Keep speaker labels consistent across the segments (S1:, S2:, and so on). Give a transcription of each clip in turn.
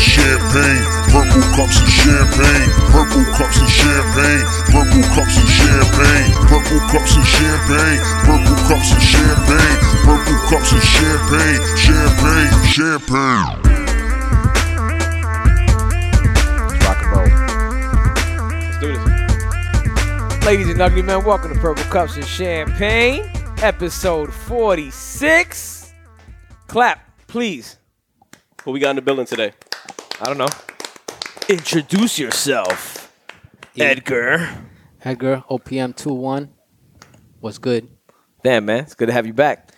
S1: champagne, purple cups and champagne, purple cups and champagne, purple cups and champagne, purple cups and champagne, purple cups and champagne, purple cups and champagne, champagne, champagne.
S2: Rock and roll.
S3: Let's do this.
S2: Ladies and ugly men, welcome to Purple Cups and Champagne, episode 46. Clap, please.
S3: What we got in the building today?
S2: I don't know. Introduce yourself, Edgar.
S4: Edgar, OPM 21. What's good?
S2: Damn, man, it's good to have you back.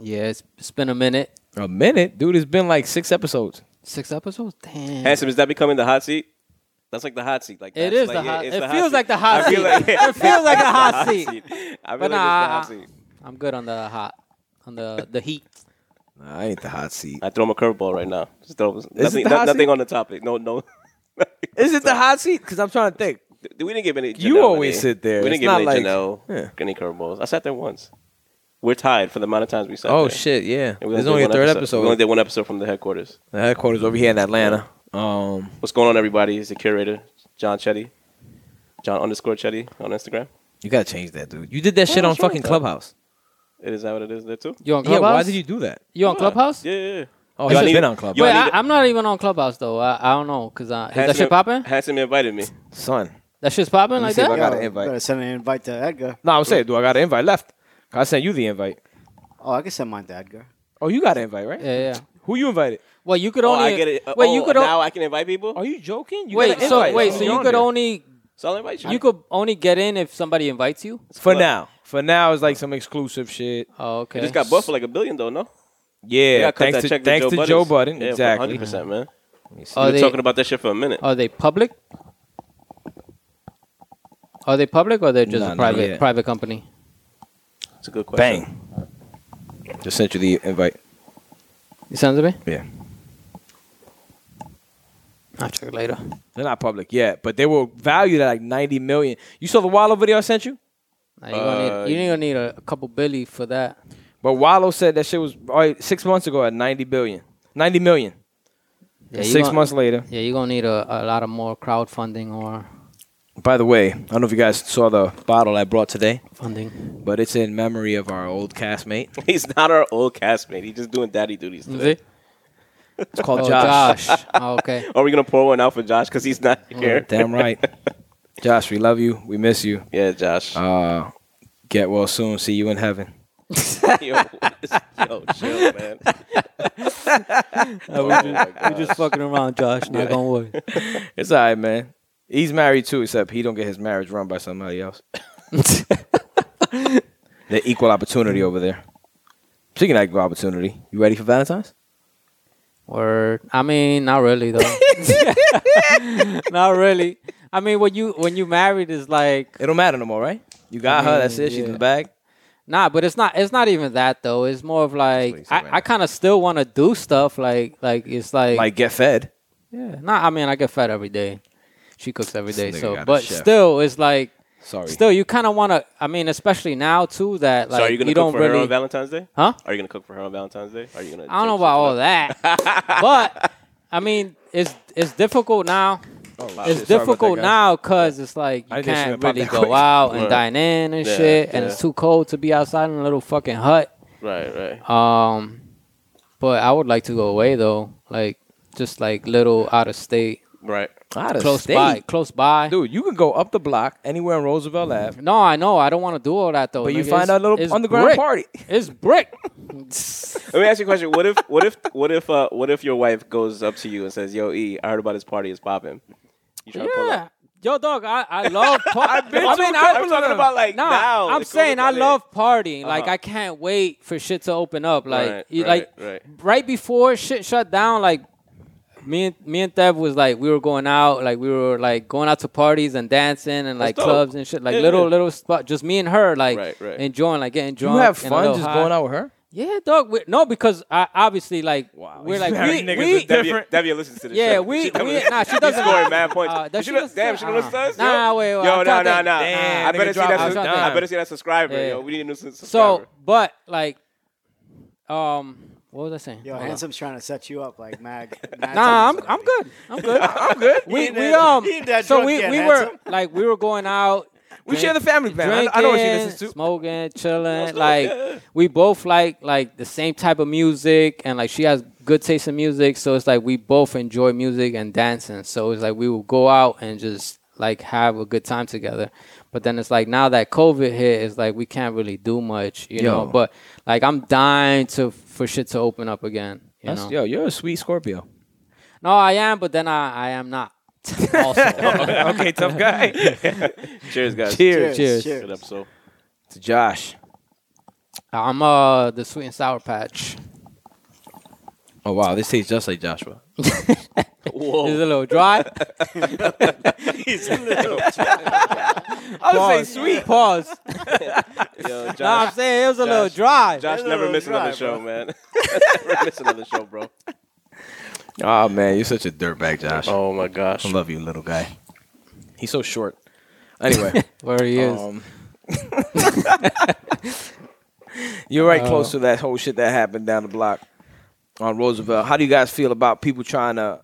S4: Yeah, it's, it's been a minute.
S2: A minute, dude. It's been like six episodes.
S4: Six episodes? Damn.
S3: Handsome, is that becoming the hot seat? That's like the hot seat. Like
S4: It
S3: that's
S4: is
S3: like,
S4: the
S3: yeah,
S4: hot
S3: it's
S4: It
S3: the
S4: feels
S3: seat.
S4: like the
S3: I
S4: hot seat.
S3: feel like-
S4: It feels like the hot
S3: Hot
S4: seat.
S3: seat. I feel
S4: But
S3: like it's
S4: nah,
S3: the hot seat.
S4: I'm good on the hot, on the, the heat.
S2: Nah, I ain't the hot seat.
S3: I throw him a curveball right now. Just throw him, nothing,
S2: the
S3: no-
S2: hot
S3: nothing
S2: seat?
S3: on the topic. No, no.
S2: Is it the hot seat? Because I'm trying to think.
S3: We didn't give any. Janelle
S2: You always
S3: any-
S2: sit there.
S3: We
S2: It's
S3: didn't give
S2: not
S3: any
S2: like-
S3: Janelle
S2: Yeah.
S3: any curveballs. I sat there once. We're tied for the amount of times we sat.
S2: Oh
S3: there.
S2: shit, yeah.
S3: And we
S2: There's
S3: did
S2: only a
S3: one
S2: third episode.
S3: We only did one episode from the headquarters.
S2: The headquarters over here in Atlanta. Um,
S3: What's going on, everybody? It's the curator, John Chetty. John underscore Chetty on Instagram.
S2: you gotta change that, dude. You did that shit
S3: Oh,
S2: on
S3: that's right,
S2: fucking
S3: though.
S2: Clubhouse.
S3: It is that what it is there too.
S4: You on
S2: Yeah,
S4: Clubhouse?
S2: why did you do that?
S4: You on Clubhouse?
S3: Yeah, yeah. yeah.
S2: Oh,
S3: Yo, I
S2: he's
S3: need-
S2: been on Clubhouse,
S3: yo,
S4: Wait,
S3: I
S4: I,
S3: need to-
S4: I'm not even on Clubhouse though. I, I don't know because uh, is that shit popping?
S3: Handsome invited me.
S2: son.
S4: That shit's popping
S2: me
S4: like
S2: see if I
S4: that.
S2: got an
S5: Yo,
S2: invite.
S5: Better send an invite to Edgar.
S2: No, I'm saying, do I got an invite left? 'Cause I sent you the invite.
S5: Oh, I can send mine to Edgar.
S2: Oh, you got an invite, right?
S4: Yeah, yeah.
S2: Who you invited?
S4: Well, you could
S3: Oh,
S4: only
S3: I get it. Uh,
S4: wait.
S3: oh,
S4: you could
S3: now
S4: o-
S3: I can invite people.
S2: Are you joking? You
S4: wait.
S2: got an
S4: So
S2: invite.
S4: wait.
S2: It's
S4: So you
S2: on
S4: could
S2: there.
S4: only
S3: So I'll invite you.
S4: you could only get in if somebody invites you.
S2: for
S3: Look.
S2: now. For now, it's like some exclusive shit.
S4: Oh, okay.
S3: It just got bought for like a billion though. No.
S2: Yeah,
S3: Yeah, cut
S2: thanks
S3: that
S2: to
S3: check
S2: thanks to
S3: Budden's.
S2: Joe Budden.
S3: Yeah,
S2: exactly.
S3: Hundred percent, man.
S4: Are
S3: We've been
S4: Oh, they Oh,
S3: talking about that shit for a minute.
S4: are they public? Are they public or they're just
S2: No,
S4: a
S2: not
S4: private
S2: yet.
S4: private company?
S3: It's a good question.
S2: Bang. Just sent you the invite.
S4: You send it to me?
S2: Yeah.
S4: I'll check it later.
S2: They're not public yet, but they were valued at like 90 million. You saw the Wallow video I sent you?
S4: Nah, you're gonna need you're gonna need a, a couple billy for that.
S2: But Wallow said that shit was all right, six months ago at 90 billion. 90 million.
S4: Yeah, you
S2: 6
S4: gonna-
S2: months later.
S4: Yeah, you're gonna need a, a lot of more crowdfunding or
S2: By the way, I don't know if you guys saw the bottle I brought today,
S4: funding.
S2: but it's in memory of our old castmate.
S3: He's not our old castmate. He's just doing daddy duties today.
S2: It's called
S4: Oh,
S2: Josh.
S4: Josh. Oh, okay.
S3: Are we gonna pour one out for Josh because he's not here?
S2: Oh, Damn right. Josh, we love you. We miss you.
S3: Yeah, Josh.
S2: Uh, get well soon. See you in heaven.
S3: yo, what is- yo, chill, man. Oh,
S4: we just, fucking around, Josh. Not gonna worry.
S2: It's all right, man. He's married too, except he don't get his marriage run by somebody else. They're equal opportunity over there. Speaking of equal opportunity, you ready for Valentine's?
S4: Word. I mean, not really though. not really. I mean, when you when you married is like
S2: It don't matter no more, right? You got her. That's it. She's in
S4: Yeah.
S2: the bag.
S4: nah, but it's not it's not even that though. It's more of like
S2: Please,
S4: I,
S2: man.
S4: I kind of still want to do stuff like like it's like,
S2: Like get fed.
S4: yeah. Nah, I mean I get fed every day. She cooks every day,
S2: nigga got
S4: so
S2: a
S4: but
S2: chef. Oh,
S4: still it's like
S2: Sorry.
S4: still you kind of want to. I mean, especially now too that like
S3: so are you gonna cook
S4: don't
S3: for
S4: really
S3: her on Valentine's Day?
S4: huh?
S3: Are you gonna cook for her on Valentine's Day? Are you gonna?
S4: I don't know about all that, but I mean, it's it's difficult now.
S3: Oh,
S4: it's
S2: Oh, shit. Sorry about
S4: difficult
S2: that, guys.
S4: now because it's like
S2: I
S4: you
S2: didn't think she
S4: can't
S2: would pop
S4: really
S2: that
S4: go
S2: quick.
S4: out and
S3: Right.
S4: dine in and
S3: Yeah,
S4: shit, and it's
S3: yeah.
S4: too cold to be outside in a little fucking hut.
S3: Right, right.
S4: Um, but I would like to go away though, like just like little out of state,
S3: Right.
S2: Out of
S4: close
S2: state.
S4: by, close by.
S2: Dude, you can go up the block anywhere in Roosevelt Ave,
S4: No, I know I don't want to do all that though.
S2: but you
S4: nigga.
S2: find
S4: It's-
S2: out a
S4: it's
S2: little underground
S4: brick.
S2: party.
S4: It's brick.
S3: Let me ask you a question. What if, what if, what if, uh, what if your wife goes up to you and says, "Yo, E, I heard about this party. It's popping." You trying to pull up?
S4: Yeah. Yo, dog, I, I love partying.
S3: been
S4: I
S3: to
S4: mean,
S3: a
S4: I-
S3: couple I'm talking of them. about, like,
S4: nah,
S3: now.
S4: I'm
S3: It's cool
S4: saying
S3: to
S4: I
S3: play.
S4: love partying. Like,
S3: Uh-huh.
S4: I can't wait for shit to open up. Like,
S3: Right,
S4: you,
S3: right,
S4: like
S3: right.
S4: before shit shut down, like me and me and Thev was like we were going out, like we were like going out to parties and dancing and like
S3: dope.
S4: clubs and shit, like
S3: Yeah,
S4: little
S3: yeah.
S4: little spot, just me and her, like
S3: Right, right.
S4: enjoying, like getting
S2: You
S4: drunk.
S2: have
S4: and a
S2: fun
S4: little
S2: just
S4: high.
S2: going out with her.
S4: Yeah, dog. We, no, because I obviously like
S2: Wow.
S4: we're
S2: You
S4: like
S2: married
S4: we,
S2: niggas
S4: we,
S2: with different-
S3: Debbie listens to this.
S4: yeah,
S3: show.
S4: we,
S3: definitely
S4: we
S3: listens.
S4: nah, she
S3: She's
S4: doesn't
S3: scoring mad points.
S4: Uh, does
S3: she
S4: she
S3: does,
S4: listen to
S3: damn,
S4: it?
S3: she listens to us.
S4: Nah, nah, wait, wait,
S3: Yo,
S4: I'm
S3: nah,
S4: trying to
S3: nah,
S4: think.
S3: nah.
S2: Damn,
S3: I
S2: nigga
S3: better see
S2: drop
S3: that's.
S4: us.
S3: A,
S4: I'm trying to
S3: I
S4: think.
S3: better see that's a subscriber.
S4: Yeah.
S3: Yo, we need a new subscriber.
S4: So, but like, um, What was I saying?
S5: Yo,
S4: Hold on.
S5: handsome's trying to set you up like Mag. Mad
S4: Nah, I'm
S5: times.
S4: I'm good. I'm good. I'm
S6: good.
S4: We
S5: ain't
S4: we
S5: that-
S4: um
S5: he ain't that
S4: so
S5: drunk
S4: we
S5: yet,
S4: we were
S5: handsome.
S4: like we were going out.
S6: We
S4: drink-
S6: share the family band.
S4: Drinking,
S6: I, I know what she listens to.
S4: smoking, chilling. like we both like like the same type of music, and like she has good taste in music. So it's like we both enjoy music and dancing. So it's like we will go out and just like have a good time together. But then it's like now that COVID hit, it's like we can't really do much, you know.
S6: Yo.
S4: But like I'm dying to for shit to open up again. You know?
S6: yo, you're a sweet Scorpio.
S4: No, I am, but then I, I am not. also,
S6: okay, tough guy.
S3: Cheers, guys.
S4: cheers,
S5: Cheers,
S4: cheers.
S5: cheers.
S3: Good episode.
S6: to Josh.
S4: I'm uh the sweet and sour patch.
S6: Oh wow, this tastes just like Joshua.
S4: It's a
S3: Whoa.
S4: little dry.
S5: He's a little-
S6: I would
S4: Pause.
S6: say sweet.
S4: Pause.
S3: Yo,
S4: No, I'm
S3: Josh,
S4: saying it was a little
S3: Josh.
S4: dry.
S3: Josh
S5: That's a
S3: never
S5: little
S3: miss another
S5: dry,
S3: show,
S5: bro.
S3: man. never miss another show, bro.
S2: Oh man, you're such a dirtbag, Josh.
S3: Oh my gosh.
S2: I love you, little guy.
S6: He's so short. Anyway,
S4: Where he
S3: Oh,
S4: is.
S2: Um,
S6: you're right
S4: Uh,
S6: close to that whole shit that happened down the block on Roosevelt. How do you guys feel about people trying to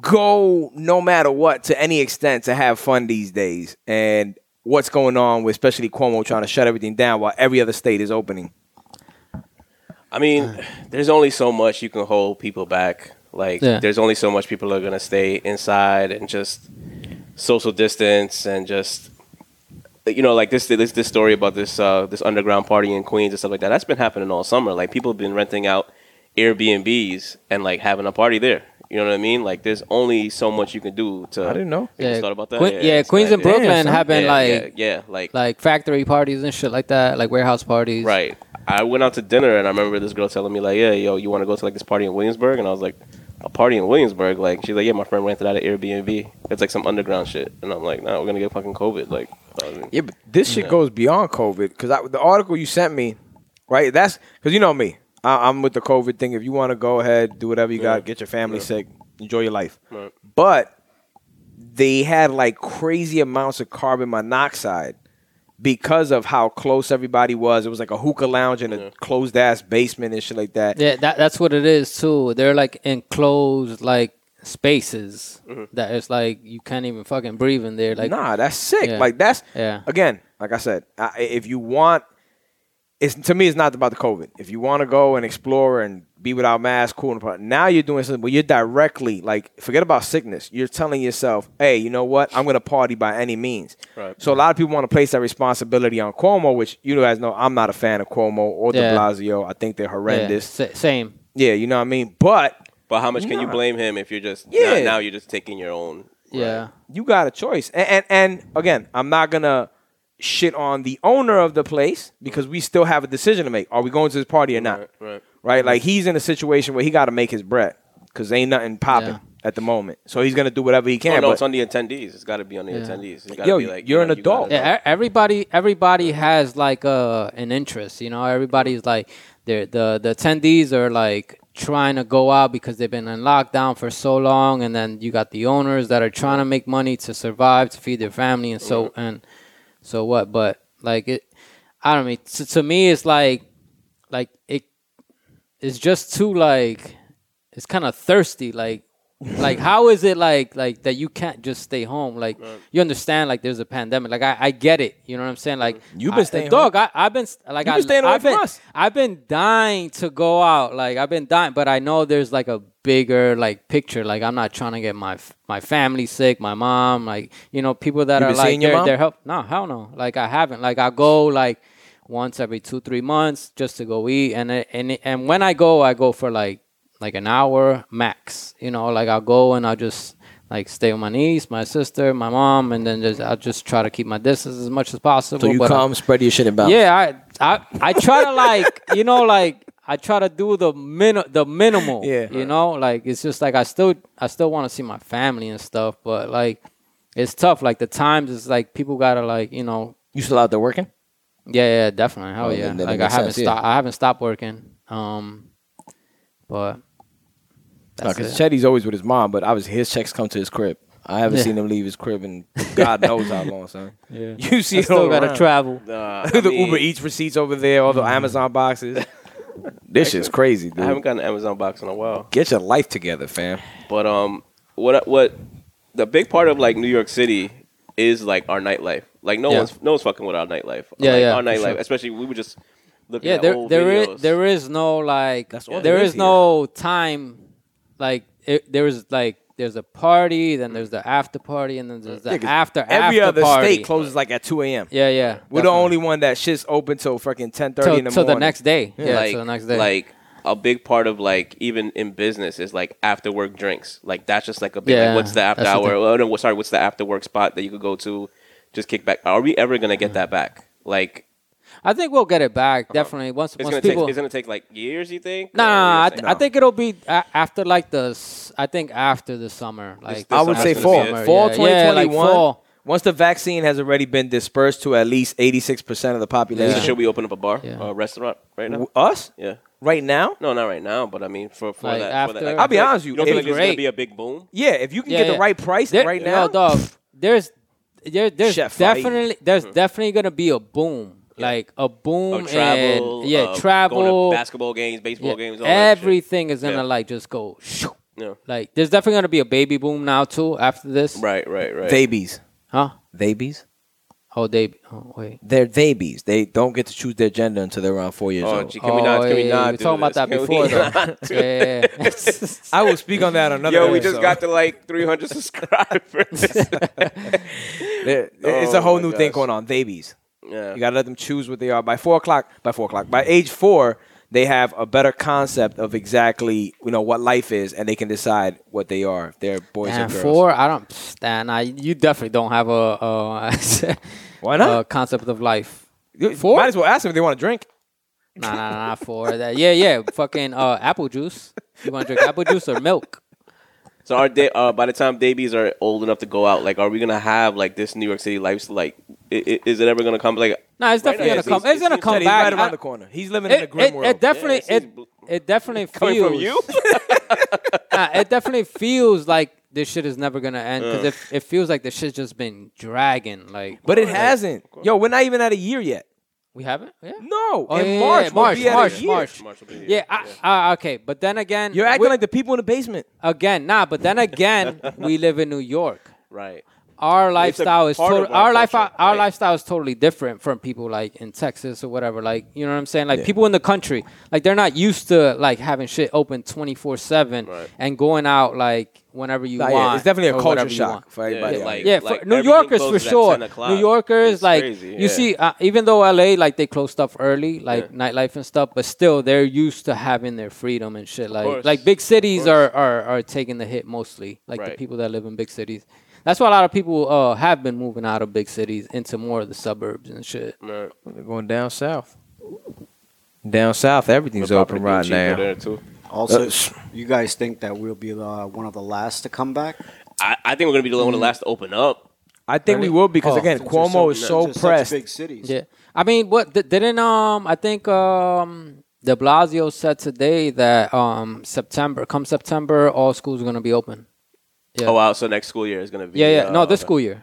S6: go no matter what to any extent to have fun these days? And what's going on with especially Cuomo trying to shut everything down while every other state is opening?
S3: I mean, there's only so much you can hold people back. Like,
S4: Yeah.
S3: there's only so much people are gonna stay inside and just social distance and just, you know, like this this this story about this uh, this underground party in Queens and stuff like that. That's been happening all summer. Like, people have been renting out Airbnbs and like having a party there. You know what I mean? Like, there's only so much you can do to.
S2: I didn't know.
S3: You just thought about that?
S4: Que- yeah,
S3: it's
S4: Queens
S3: like-
S4: and Brooklyn
S2: son.
S4: have been
S3: yeah,
S4: like
S3: yeah, yeah, like
S4: like factory parties and shit like that, like warehouse parties.
S3: Right. I went out to dinner and I remember this girl telling me like, "Yeah, yo, you want to go to like this party in Williamsburg?" And I was like, "A party in Williamsburg?" Like she's like, "Yeah, my friend rented out an Airbnb. It's like some underground shit." And I'm like, "No, nah, we're gonna get fucking COVID." Like, I mean,
S2: yeah, but this shit
S3: Yeah.
S2: goes beyond COVID because the article you sent me, right? That's because you know me. I, I'm with the COVID thing. If you want to go ahead, do whatever you
S3: Yeah.
S2: got, get your family
S3: Yeah.
S2: sick, enjoy your life.
S3: Right.
S2: But they had like crazy amounts of carbon monoxide because of how close everybody was. It was like a hookah lounge in a
S3: Yeah.
S2: closed ass basement and shit like that.
S4: Yeah, that that's what it is too. They're like enclosed like spaces
S3: Mm-hmm.
S4: that it's like you can't even fucking breathe in there. Like
S2: nah, that's sick.
S4: Yeah.
S2: Like that's
S4: Yeah.
S2: Again, like I said, I, if you want, it's to me, it's not about the COVID. If you want to go and explore and be without masks, cool. And pro- now you're doing something where you're directly like, forget about sickness. You're telling yourself, hey, you know what? I'm gonna party by any means.
S3: Right.
S2: So a lot of people want to place that responsibility on Cuomo, which you guys know I'm not a fan of Cuomo or De
S4: Yeah.
S2: Blasio. I think they're
S4: yeah,
S2: horrendous.
S4: sa- same.
S2: Yeah, you know what I mean. But
S3: but how much can you
S2: Nah.
S3: blame him if you're just yeah.
S2: Yeah.
S3: now, you're just taking your own?
S4: Yeah.
S2: you got a choice. And, and and again, I'm not gonna shit on the owner of the place because we still have a decision to make. Are we going to this party or not?
S3: Right,
S2: Right.
S3: right.
S2: Like he's in a situation where he got to make his bread because ain't nothing popping
S4: Yeah.
S2: at the moment. So he's gonna do whatever he
S3: oh
S2: can.
S3: no,
S2: but
S3: it's on the attendees. It's got to be on the
S4: Yeah.
S3: attendees. It's gotta
S2: Yo,
S3: be like,
S2: you're
S3: you
S2: an
S3: know, you gotta
S2: adult.
S3: know.
S4: Yeah, e- everybody everybody has like uh, an interest, you know. Everybody's like they're, the the attendees are like trying to go out because they've been in lockdown for so long, and then you got the owners that are trying to make money to survive, to feed their family, and so and so what. But like it, I don't mean to, to me, it's like like it, it's just too like it's kind of thirsty, like. like how is it like like that you can't just stay home like you understand like there's a pandemic like i, I get it you know what i'm saying like
S2: You've been
S4: I-
S2: staying
S4: dog I, i've been s- like
S2: You've
S4: I,
S2: been staying away
S4: I've
S2: from
S4: been,
S2: us.
S4: i've been dying to go out like i've been dying but i know there's like a bigger like picture like i'm not trying to get my f- my family sick my mom like you know people that
S2: You've
S4: are
S2: been
S4: like
S2: seeing your
S4: their,
S2: mom?
S4: their help no hell no like i haven't like i go like once every two three months just to go eat and it- and it- and when i go i go for like like an hour max you know like i'll go and i'll just like stay with my niece my sister my mom and then just i'll just try to keep my distance as much as possible but I-
S2: spread your shit about.
S4: yeah i i i try to like you know like i try to do the min the minimal
S2: Yeah.
S4: you know like it's just like i still i still want to see my family and stuff but like it's tough like the times is like people gotta like you know
S2: You still out there working?
S4: yeah, yeah, definitely. Hell
S2: Oh,
S4: yeah!
S2: then- then it
S4: Like I
S2: makes
S4: haven't
S2: sense, yeah.
S4: stopped. I haven't stopped working. Um, but that's
S2: Because
S4: it.
S2: Chetty's always with his mom, but obviously his checks come to his crib. I haven't
S4: Yeah.
S2: seen him leave his crib in God knows how long, son.
S4: Yeah.
S2: You see
S4: I
S2: it all
S4: still gotta
S2: around.
S4: travel.
S3: Nah, I
S2: the
S3: mean,
S2: Uber Eats receipts over there, all the Amazon boxes. This shit's crazy, dude.
S3: I haven't gotten an Amazon box in a while.
S2: Get your life together, fam.
S3: But um, what what the big part of like New York City is like our nightlife. Like no
S4: Yeah.
S3: one's no one's fucking with our nightlife.
S4: Yeah,
S3: like,
S4: yeah,
S3: Our
S4: for
S3: nightlife,
S4: sure.
S3: especially we were just looking
S4: yeah
S3: at
S4: there
S3: old
S4: there
S3: videos.
S4: is there is no like
S2: That's all
S4: there
S2: there
S4: is
S2: is here.
S4: no time like it, there is like there's a party then there's the after party and then there's the
S2: 'cause
S4: after
S2: Every
S4: after
S2: other
S4: party
S2: state closes like at 2 a.m.
S4: yeah yeah
S2: We're the
S4: definitely.
S2: only one that shit's open till fucking 10:30
S4: till,
S2: in the
S4: till
S2: morning.
S4: the next day yeah,
S3: like,
S4: till the next day
S3: Like a big part of like even in business is like after work drinks. Like that's just like a big.
S4: Yeah,
S3: like, what's the after
S4: that's the
S3: hour?
S4: thing.
S3: Well, no, what- sorry, what's the after work spot that you could go to? Just kick back. Are we ever gonna get that back? Like
S4: I think we'll get it back definitely once
S3: it's
S4: once
S3: gonna
S4: people
S3: take. It's gonna take like years. You think?
S4: No,
S3: Or
S4: no, no, I,
S3: you're
S4: th-
S3: saying-
S4: I think it'll be a- after like the. s- I think after the summer, like
S3: this
S2: I would
S3: That's
S2: say
S3: gonna
S2: fall.
S3: be it.
S2: Fall
S4: yeah, yeah,
S2: 2021.
S4: like fall.
S2: Once the vaccine has already been dispersed to at least 86% of the
S3: So
S2: population.
S3: should we open up a bar,
S4: Yeah.
S3: or a restaurant right now?
S2: W- Us?
S3: Yeah.
S2: Right now?
S3: No, not right now, but I mean for for
S4: Like,
S3: that. for
S4: after-
S3: that.
S4: I'll
S2: be
S3: You don't-
S2: honest with you,
S3: You don't feel like
S4: it'd be
S3: there's gonna
S4: great.
S3: be a big boom?
S2: Yeah, if you can
S4: Yeah,
S2: get the
S4: yeah.
S2: right price
S4: There-
S2: right now.
S4: no, dog. There's, there, there's
S2: Chef Fahey.
S4: definitely,
S3: Hmm.
S4: there's definitely gonna be a boom, like a boom
S3: Of Oh, travel,
S4: and yeah,
S3: of
S4: travel,
S3: going to basketball games, baseball
S4: yeah,
S3: games, all that shit.
S4: everything is gonna
S3: Yeah.
S4: like just go. shoo.
S3: Yeah.
S4: Like, there's definitely gonna be a baby boom now too after this,
S3: Right, right, right.
S2: Babies.
S4: huh?
S2: Babies?
S4: Oh, they. Oh, wait.
S2: They're babies. They don't get to choose their gender until they're around four years
S3: Oh,
S2: old.
S3: gee, can we not?
S4: Oh,
S3: Can we
S4: yeah,
S3: not?
S4: We were talking about that before, though. yeah, yeah, yeah.
S2: I will speak on that another
S3: Yo, we just
S2: episode.
S3: got to like 300 subscribers.
S2: There- It's
S3: Oh
S2: a whole
S3: my
S2: new thing
S3: gosh.
S2: going on. Babies.
S3: yeah.
S2: You got to let them choose what they are. By four o'clock, by four o'clock, by age four, they have a better concept of exactly you know what life is, and they can decide what they are. If they're boys or
S4: And
S2: girls.
S4: four, I don't. Stan, I you definitely don't have a, a
S2: Why
S4: a
S2: not?
S4: concept of life.
S2: You-
S4: four?
S2: Might as well ask them if they want to drink.
S4: Nah, nah, nah, nah, four. That, yeah, yeah. Fucking uh, apple juice. You want to drink apple juice or milk?
S3: So our day, uh, by the time babies are old enough to go out, like, are we gonna have like this New York City life? Like, i- i- is it ever gonna come? Like,
S4: Nah, it's
S3: Right
S4: definitely
S3: now,
S4: gonna
S3: it's-
S4: come. It's,
S3: it's-
S4: gonna
S3: it's
S4: come
S2: Teddy,
S4: back.
S2: right around
S4: I-
S2: the corner. He's living in a
S4: it,
S2: grim
S4: it,
S2: world.
S4: it definitely
S3: Yeah,
S4: it, it definitely
S3: coming
S4: feels
S3: from you?
S4: Nah, it definitely feels like this shit is never gonna end because it, it feels like the shit's just been dragging. Like,
S2: but it hasn't. Yo, we're not even at a year yet.
S4: we haven't. Yeah.
S2: No,
S4: Oh,
S2: in
S4: yeah, yeah,
S2: March,
S4: yeah,
S2: we'll
S4: March,
S2: be at a
S4: March,
S2: year.
S4: March.
S3: March will be here.
S4: Yeah, I, uh, okay, but then again,
S2: You're acting
S4: we-
S2: like the people in the basement.
S4: again, nah, but then again, we live in New York.
S3: right?
S4: Our lifestyle is
S3: part of
S4: tot- our,
S3: our
S4: life
S3: culture,
S4: our
S3: right.
S4: lifestyle is totally different from people like in Texas or whatever. Like, you know what I'm saying? Like people in the country, like they're not used to like having shit open 24/7
S3: Right.
S4: and going out like whenever you
S2: Nah,
S4: want.
S2: yeah, it's definitely
S4: or
S2: a
S4: whatever
S2: culture
S4: you
S2: shock
S4: want.
S2: for everybody.
S3: Yeah,
S2: out
S3: like-
S2: here.
S4: Yeah, for New
S3: everything
S4: Yorkers for
S3: closes at
S4: sure.
S3: 10 o'clock.
S4: New Yorkers,
S3: It's
S4: like
S3: crazy,
S4: you
S3: yeah.
S4: see, uh, even though LA, like they close stuff early, like
S3: Yeah.
S4: nightlife and stuff, but still they're used to having their freedom and shit. Like,
S3: course.
S4: like big cities
S3: course.
S4: are, are are taking the hit mostly. Like the
S3: Right.
S4: people that live in big cities. That's why a lot of people uh, have been moving out of big cities into more of the suburbs and shit.
S3: Right.
S2: They're going down south. Down south, everything's open right now.
S3: There too.
S5: Also,
S2: That's-
S5: you guys think that we'll be the, one of the last to come back?
S3: I, I think we're gonna be the
S4: Mm-hmm.
S3: one of the last to open up.
S2: I think we will because
S4: Oh.
S2: again,
S5: Since
S2: Cuomo
S5: there's
S2: is so
S5: since there's such
S2: pressed.
S5: Big cities.
S4: Yeah, I mean, what th- didn't um I think um De Blasio said today that um September come September all schools are gonna be open. Yeah.
S3: Oh wow! So next school year is gonna be
S4: Yeah, yeah. No,
S3: uh,
S4: this school year.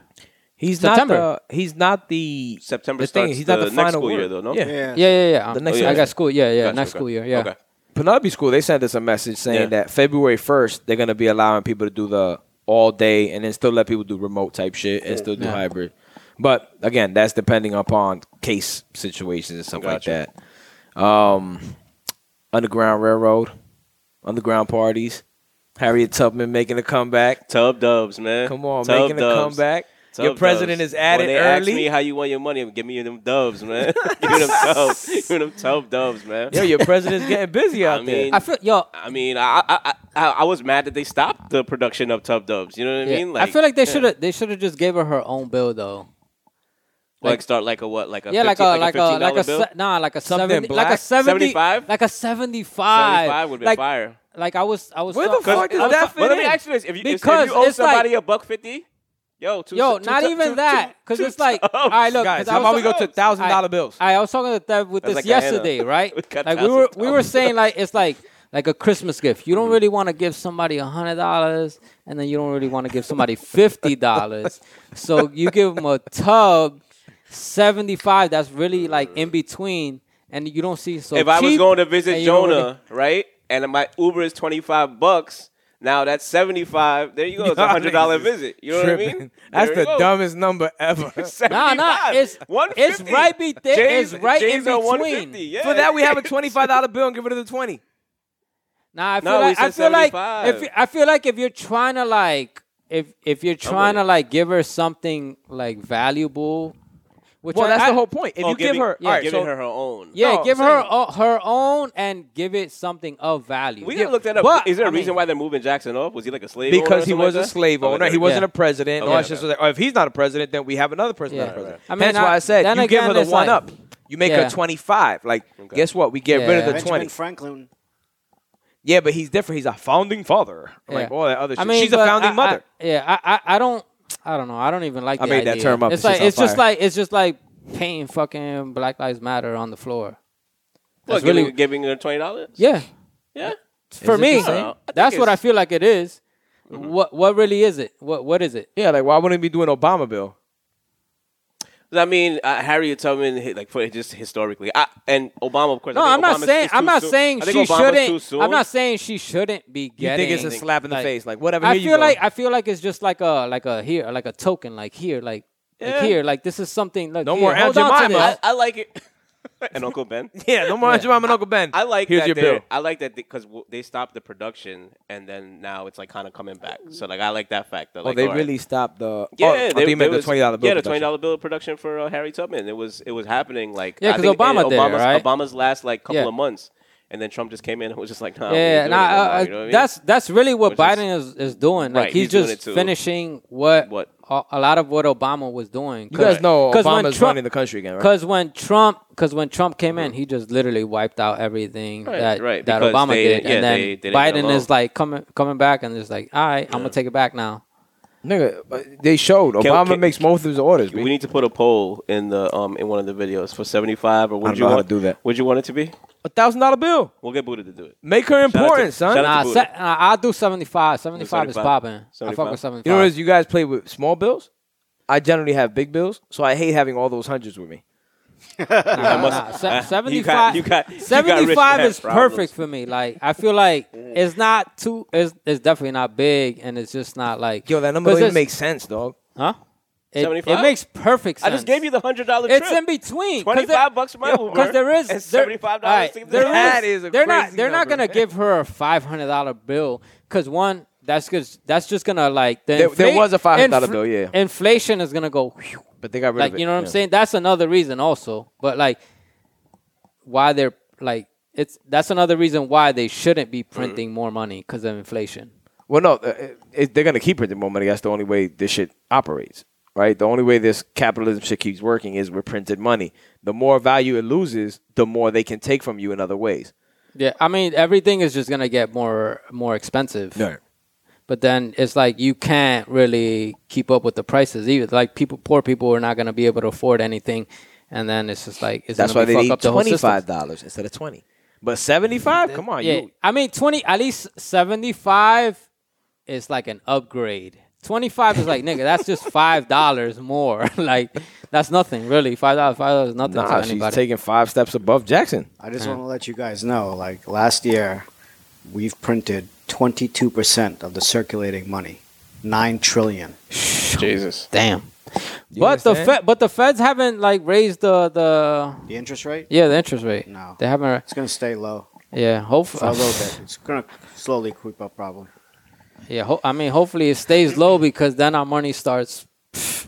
S2: He's
S4: September.
S2: not the. He's not the.
S3: September
S2: the thing,
S3: starts
S2: he's not
S3: the
S2: the,
S3: next
S2: final
S3: school year,
S2: word.
S3: though, no?
S2: Yeah.
S5: Yeah.
S4: Yeah, yeah, yeah.
S2: The next
S4: I
S2: year.
S4: got school. Yeah, yeah.
S3: Gotcha,
S4: next
S3: okay.
S4: school year. Yeah.
S3: Okay.
S2: Penelope School. They sent us a message saying
S3: Yeah.
S2: that February first they're gonna be allowing people to do the all day and then still let people do remote type shit and still do
S4: Yeah.
S2: hybrid. But again, that's depending upon case situations and stuff like
S3: Gotcha.
S2: that. Um, Underground Railroad, Underground parties. Harriet Tubman making a comeback.
S3: Tub dubs, man.
S2: Come on,
S3: Tub
S2: making a
S3: dubs.
S2: comeback.
S3: Tub
S2: Your president
S3: dubs.
S2: is at
S3: when
S2: it
S3: they
S2: early.
S3: Ask me how you want your money. Give me them doves, man. give me them doves. Give me them tub doves, man.
S2: Yo, your president's getting busy out
S3: I
S2: there.
S3: mean,
S4: I feel yo.
S3: I mean, I, I I I was mad that they stopped the production of Tub Dubs. You know what I
S4: yeah.
S3: mean?
S4: I feel like they should have. They should have just gave her her own bill though.
S3: like,
S4: like-
S3: start like a what like a
S4: yeah,
S3: 15
S4: like a
S3: $15
S4: like a like a
S3: bill?
S4: se- nah, like a
S2: Something
S4: seventy, like a
S2: black?
S4: seventy,
S3: 75?
S4: like a seventy-five.
S3: 75 would be
S4: like,
S3: fire.
S4: Like I was, I was.
S2: Where the
S4: talk-
S2: fuck
S4: I
S2: is
S4: was
S2: that
S4: talk-
S2: fit
S3: But let me
S2: in?
S3: ask you this: if you, if
S4: Because
S3: you owe
S4: it's like-
S3: somebody a buck fifty, yo, two,
S4: Yo,
S3: two,
S4: not
S3: two-
S4: even
S3: two-
S4: that,
S3: two-
S4: because
S3: two oh,
S4: it's like, all right, look, 'cause
S2: Guys,
S4: I
S2: how
S4: was
S2: about we
S4: talk-
S2: go to thousand dollar
S4: I-
S2: bills?
S4: I was talking to Dev with
S3: That's
S4: this
S3: like Diana.
S4: yesterday,
S3: We
S4: right?
S3: got
S4: like we were we were
S3: $1,000.
S4: saying like it's like like a Christmas gift. You don't
S3: Mm-hmm.
S4: really want to give somebody a hundred dollars, and then you don't really want to give somebody fifty dollars. so you give them a tub seventy five. That's really like in between. and you don't see it so
S3: if I was
S4: cheap,
S3: going to visit
S4: and you don't really-
S3: Jonah, right, and my Uber is twenty five bucks. Now that's seventy five. There you go. It's a hundred dollar visit. You know what I mean?
S2: Tripping. That's
S3: There
S2: the
S3: you go.
S2: dumbest number ever.
S4: Nah, nah,
S3: 75.
S4: it's- it's
S3: 150.
S4: right be there, it's right in
S3: are
S4: between.
S3: 150, yeah.
S2: For that, we have a twenty-five dollar bill and give rid of the twenty.
S4: Nah, I feel
S3: No, we
S4: like I
S3: said
S4: feel like
S3: 75.
S4: if I feel like if you're trying to like if if you're trying to like give her something like valuable, which
S2: Well,
S4: I-
S2: that's
S4: I-
S2: the whole point. If
S3: Oh,
S2: you give
S3: giving-
S2: her,
S3: yeah,
S2: all right,
S3: giving
S2: so
S3: her her own.
S4: Yeah,
S2: No,
S4: give
S2: I'm
S4: her
S2: saying-
S4: o- her own and give it something of value.
S3: we
S4: yeah,
S3: gotta look that up.
S4: but,
S3: Is there a
S4: I mean,
S3: reason why they're moving Jackson off? Was he like a slave? owner or
S2: because he
S3: something
S2: was
S3: like
S2: a
S3: that?
S2: slave
S3: Oh,
S2: owner, he
S3: okay.
S2: wasn't
S4: Yeah.
S2: a president.
S3: Okay,
S2: All that shit.
S3: okay.
S2: So that- or if he's not a president, then we have another person.
S4: Yeah.
S2: Not a president.
S4: I mean,
S2: Hence
S4: I-
S2: why I said
S4: then
S2: you give
S4: again,
S2: her the
S4: it's
S2: one
S4: like-
S2: up. You make
S4: Yeah.
S2: her twenty-five. Like, guess what? We get rid of
S4: Yeah.
S2: the
S4: Benjamin
S5: Benjamin
S2: twenty.
S5: Franklin.
S2: Yeah, but he's different. He's a founding father.
S4: yeah.
S2: Like all that other shit.
S4: I mean,
S2: She's a
S4: but
S2: founding
S4: I- I-
S2: mother.
S4: yeah, I, I I don't I don't know. I don't even like.
S2: I
S4: the
S2: made that
S4: idea.
S2: term up. It's
S4: It's, like
S2: just on
S4: it's just
S2: fire.
S4: like it's just like painting fucking Black Lives Matter on the floor.
S3: What,
S4: That's really
S3: giving, giving her twenty dollars.
S4: yeah.
S3: yeah.
S4: For
S2: it the
S4: me,
S2: same? No, I Mm-hmm.
S4: that's what I
S3: it's-
S4: feel like it is. What what really is it? What what is it?
S2: Yeah, like why wouldn't he be doing Obama bill?
S3: 'Cause I mean, uh, Harriet Tubman, hi- like for just historically, I, and Obama, of course.
S4: No,
S3: I think
S4: I'm not
S3: Obama's-
S4: saying
S3: it's
S4: I'm
S3: too
S4: not
S3: soon.
S4: saying
S3: I
S4: she
S3: think Obama's too
S4: shouldn't.
S3: soon.
S4: I'm not saying she shouldn't be
S2: You
S4: getting.
S2: think it's a slap in the
S4: like-
S2: face? Like whatever.
S4: I
S2: here you
S4: feel
S2: go.
S4: like I feel like it's just like a like a here like a token like here like, like
S3: Yeah.
S4: here like this is something like
S2: No
S4: here,
S2: more
S4: hold
S2: Aunt
S4: on to
S2: Jemima.
S4: this.
S3: I, I like it. and Uncle Ben.
S2: yeah, no more Aunt Jemima and Uncle Ben.
S3: I like
S2: Here's
S3: that
S2: your
S3: they're-
S2: bill.
S3: I like that because w they stopped the production and then now it's like kind of coming back.
S4: Mm.
S3: So like I like that fact. That,
S2: Oh,
S3: like,
S2: they
S3: all right.
S2: really stopped the.
S3: Yeah,
S2: oh, I
S3: they,
S2: thought you
S3: they
S2: meant the
S3: was-
S2: twenty dollar bill.
S3: Yeah, the
S2: production.
S3: twenty dollar bill production for uh, Harry Tubman. It was it was happening like
S4: Yeah,
S3: I
S4: 'cause
S3: think in
S4: Obama did it,
S3: Obama's,
S4: right?
S3: Obama's last like couple
S4: Yeah.
S3: of months, and then Trump just came in and was just like, nah,
S4: yeah,
S3: nah,
S4: nah, uh, that's that's really what
S3: Which is-
S4: Biden is, is doing. Like
S3: Right,
S4: he's,
S3: he's doing
S4: just
S3: it to-
S4: finishing what,
S3: What?
S4: A, a lot of what Obama was doing.
S2: You guys know
S4: when
S2: Obama's
S4: Trump-
S2: running the country again, right?
S4: Because when Trump, because when Trump came in, he just literally wiped out everything
S3: Mm-hmm. Right,
S4: that
S3: right,
S4: that
S3: because
S4: Obama
S3: they-
S4: did,
S3: yeah,
S4: and then
S3: they- they didn't get
S4: Biden
S3: along.
S4: is like coming coming back and just like, all right, I'm gonna take it back now.
S2: Nigga, uh, they showed Obama
S3: can-
S2: makes most of his orders.
S3: We
S2: B.
S3: need to put a poll in the um in one of the videos for seventy five or
S2: I
S3: would
S2: don't
S3: you
S2: know how
S3: want
S2: to do that.
S3: Would you want it to be?
S2: A thousand dollar bill.
S3: We'll get Buddha to do it.
S2: Make her
S3: to-
S2: important, son.
S3: shout out
S4: Nah,
S3: to
S4: se-
S3: Buddha.
S4: nah, I'll do 75. 75 is
S3: 75?
S4: popping. I fuck
S3: 75?
S4: with 75.
S2: You know what it is? You guys play with small bills. I generally have big bills, so I hate having all those hundreds with me.
S4: Nah,
S3: must-
S4: nah, se-
S3: uh, you
S4: 75,
S3: got- you got- you got rich
S4: 75
S3: man problems.
S4: is
S3: Mm.
S4: perfect for me. Like, I feel like it's not too, it's, it's definitely not big, and it's just not like.
S2: Yo, that number
S4: 'cause
S2: don't even
S4: it's-
S2: makes sense, dog.
S4: Huh? It,
S3: 75?
S4: it makes perfect
S3: I
S4: sense.
S3: just gave you the hundred dollar trip.
S4: It's in between. 'cause
S3: 25
S4: there-
S3: bucks for my Uber.
S4: Because there is
S3: and
S4: there-
S3: $75
S4: alright,
S3: to get the
S4: there
S3: gas.
S2: That is a
S4: they're not
S2: crazy
S4: they're not
S2: number.
S4: gonna give her a five hundred dollar bill because one that's because that's just gonna like the
S2: There- there
S4: infla-
S2: was a $500
S4: infl-
S2: bill, yeah.
S4: inflation is gonna go whew,
S2: But they got rid
S4: like
S2: of it.
S4: you know what I'm
S2: Yeah.
S4: saying that's another reason also but like why they're like it's that's another reason why they shouldn't be
S2: Mm-hmm.
S4: printing more money because of inflation
S2: Well, no, uh, it, they're going to keep printing more money. That's the only way this shit operates, right? The only way this capitalism shit keeps working is with printed money. The more value it loses, the more they can take from you in other ways.
S4: yeah I mean everything is just gonna get more more expensive but then it's like you can't really keep up with the prices either. Like people, poor people are not going to be able to afford anything, and then it's just like it's
S2: That's why
S4: gonna be
S2: they
S4: fuck
S2: need
S4: up the whole
S2: twenty
S4: system.
S2: five dollars instead of twenty. But seventy five? Come on,
S4: Yeah,
S2: you.
S4: I mean twenty at least seventy five is like an upgrade. Twenty five is like nigga, that's just five dollars more. like that's nothing really. Five dollars, five dollars is nothing to
S2: Nah, she's
S4: anybody.
S2: taking five steps above Jackson.
S5: I just want to let you guys know, like last year, we've printed 22% of the circulating money, nine trillion.
S3: Jesus.
S4: Damn. but the
S2: understand?
S4: Fed, but the feds haven't like raised the the
S5: The interest rate,
S4: yeah the interest rate.
S5: No.
S4: they haven't.
S5: it's gonna stay low
S4: Yeah,
S5: for a
S4: hopefully.
S5: little bit. It's gonna slowly creep up, probably.
S4: Yeah, ho- I mean, hopefully it stays low because then our money starts. Pff,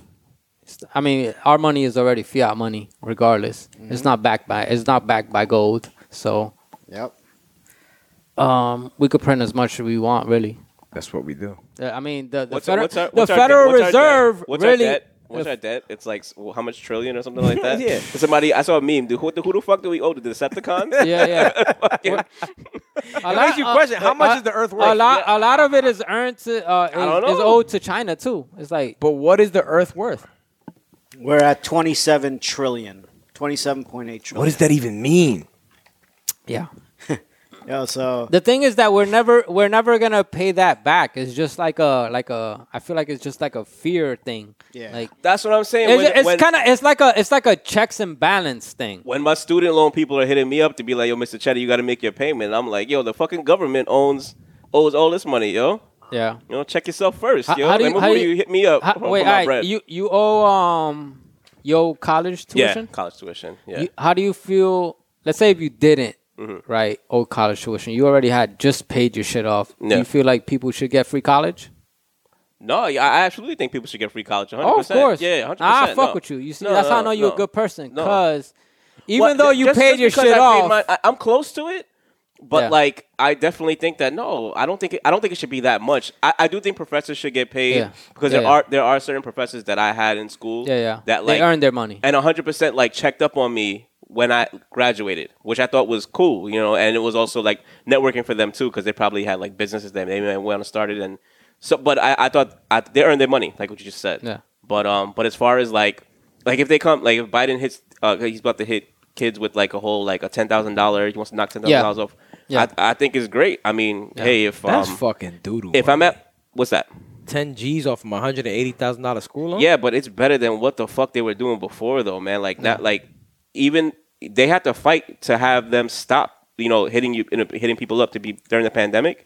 S4: I mean, our money is already fiat money, regardless. It's not backed by it's not backed by gold, so
S5: Yep.
S4: um, we could print as much as we want, really.
S2: That's what we do.
S4: Uh, I mean, the, the,
S3: What's
S4: feder-
S3: our, what's our,
S4: the
S3: what's our debt-
S4: Federal
S3: what's our debt?
S4: Reserve
S3: What's
S4: really.
S3: Our debt? What's
S4: the-
S3: our debt? It's like s- how much trillion or something like that.
S2: Yeah.
S3: Somebody I saw a meme. Dude, who, the- who the fuck do we owe to the Decepticons?
S4: yeah, yeah. What- a lot-
S2: you
S4: uh,
S2: question, how
S4: uh,
S2: much is the Earth
S4: A
S2: worth?
S4: lot, a lot of it is earned to, uh, is,
S3: don't
S4: is
S3: know.
S4: owed to China too. It's like
S2: But what is the Earth worth?
S5: We're at 27 trillion, 27.8 trillion.
S2: What does that even mean?
S4: Yeah.
S5: Yo, so
S4: The thing is that we're never we're never gonna pay that back. It's just like a like a I feel like it's just like a fear thing.
S5: Yeah.
S4: Like
S3: That's what I'm saying.
S4: it's,
S3: When- when-
S4: kind of it's like a it's like a checks and balance thing.
S3: when my student loan people are hitting me up to be like, "Yo, Mr. Cheddar, you got to make your payment," I'm like, "Yo, the fucking government owns owes all this money, yo.
S4: Yeah.
S3: You know, check yourself first,
S4: How-
S3: yo.
S4: how do
S3: Like,
S4: you-
S3: before
S4: how do
S3: you,
S4: you-
S3: hit me up.
S4: How,
S3: for
S4: wait,
S3: my
S4: all right.
S3: bread.
S4: You you owe um yo college
S3: yeah,
S4: tuition.
S3: college tuition. Yeah, Mm-hmm.
S4: You- how do you feel? Let's say if you didn't right owe college tuition, you already had just paid your shit off. Do
S3: Yeah.
S4: you feel like people should get free college?
S3: no, yeah, I absolutely think people should get free college. 100%.
S4: Oh, of course.
S3: yeah, 100.
S4: I fuck with you. You see, that's how I know you're a good person.
S3: No.
S4: Cause even though you paid your shit off,
S3: I, am close to it. But
S4: Yeah.
S3: like, I definitely think that no, I don't think it, I don't think it should be that much. I, I do think professors should get paid
S4: Yeah.
S3: because
S4: Yeah,
S3: there
S4: yeah.
S3: are there are certain professors that I had in school.
S4: yeah, yeah,
S3: that like
S4: they earned their money.
S3: and 100% like checked up on me when I graduated, which I thought was cool, you know, and it was also like networking for them too because they probably had like businesses that they may want to start it and so. But I, I thought I, they earned their money, like what you just said.
S4: Yeah.
S3: But um, but as far as like like if they come like if Biden hits, uh, he's about to hit kids with like a whole like a ten thousand dollar. He wants to knock ten thousand dollars off.
S4: Yeah.
S3: I, I think it's great. I mean, hey, if
S2: That's
S3: um,
S2: fucking doodle.
S3: if I'm at what's that?
S2: ten G's off my hundred and eighty thousand dollar school loan,
S3: Yeah, but it's better than what the fuck they were doing before, though, man. Like that, like even they had to fight to have them stop, you know, hitting you, hitting people up to be during the pandemic.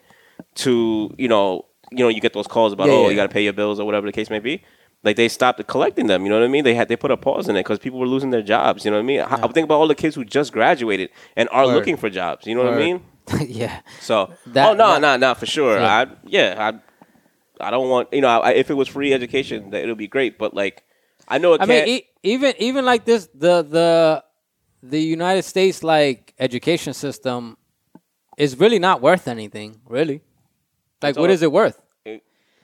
S3: To you know, you know, you get those calls about
S2: Yeah,
S3: oh,
S2: yeah.
S3: you got to pay your bills or whatever the case may be. Like they stopped collecting them. You know what I mean? They had they put a pause in it because people were losing their jobs. You know what I mean? I I think about all the kids who just graduated and are looking for jobs. You know what I
S4: Word.
S3: mean?
S4: yeah,
S3: So
S4: That-
S3: oh no
S4: that-
S3: no no for sure
S4: Yeah.
S3: I yeah I I don't want you know I, if it was free education that it'll be great but like I know it
S4: I
S3: can't
S4: mean, e- even even like this, the the the United States like education system is really not worth anything, really. Like, what
S3: all- Oh,
S4: is it worth?
S2: it's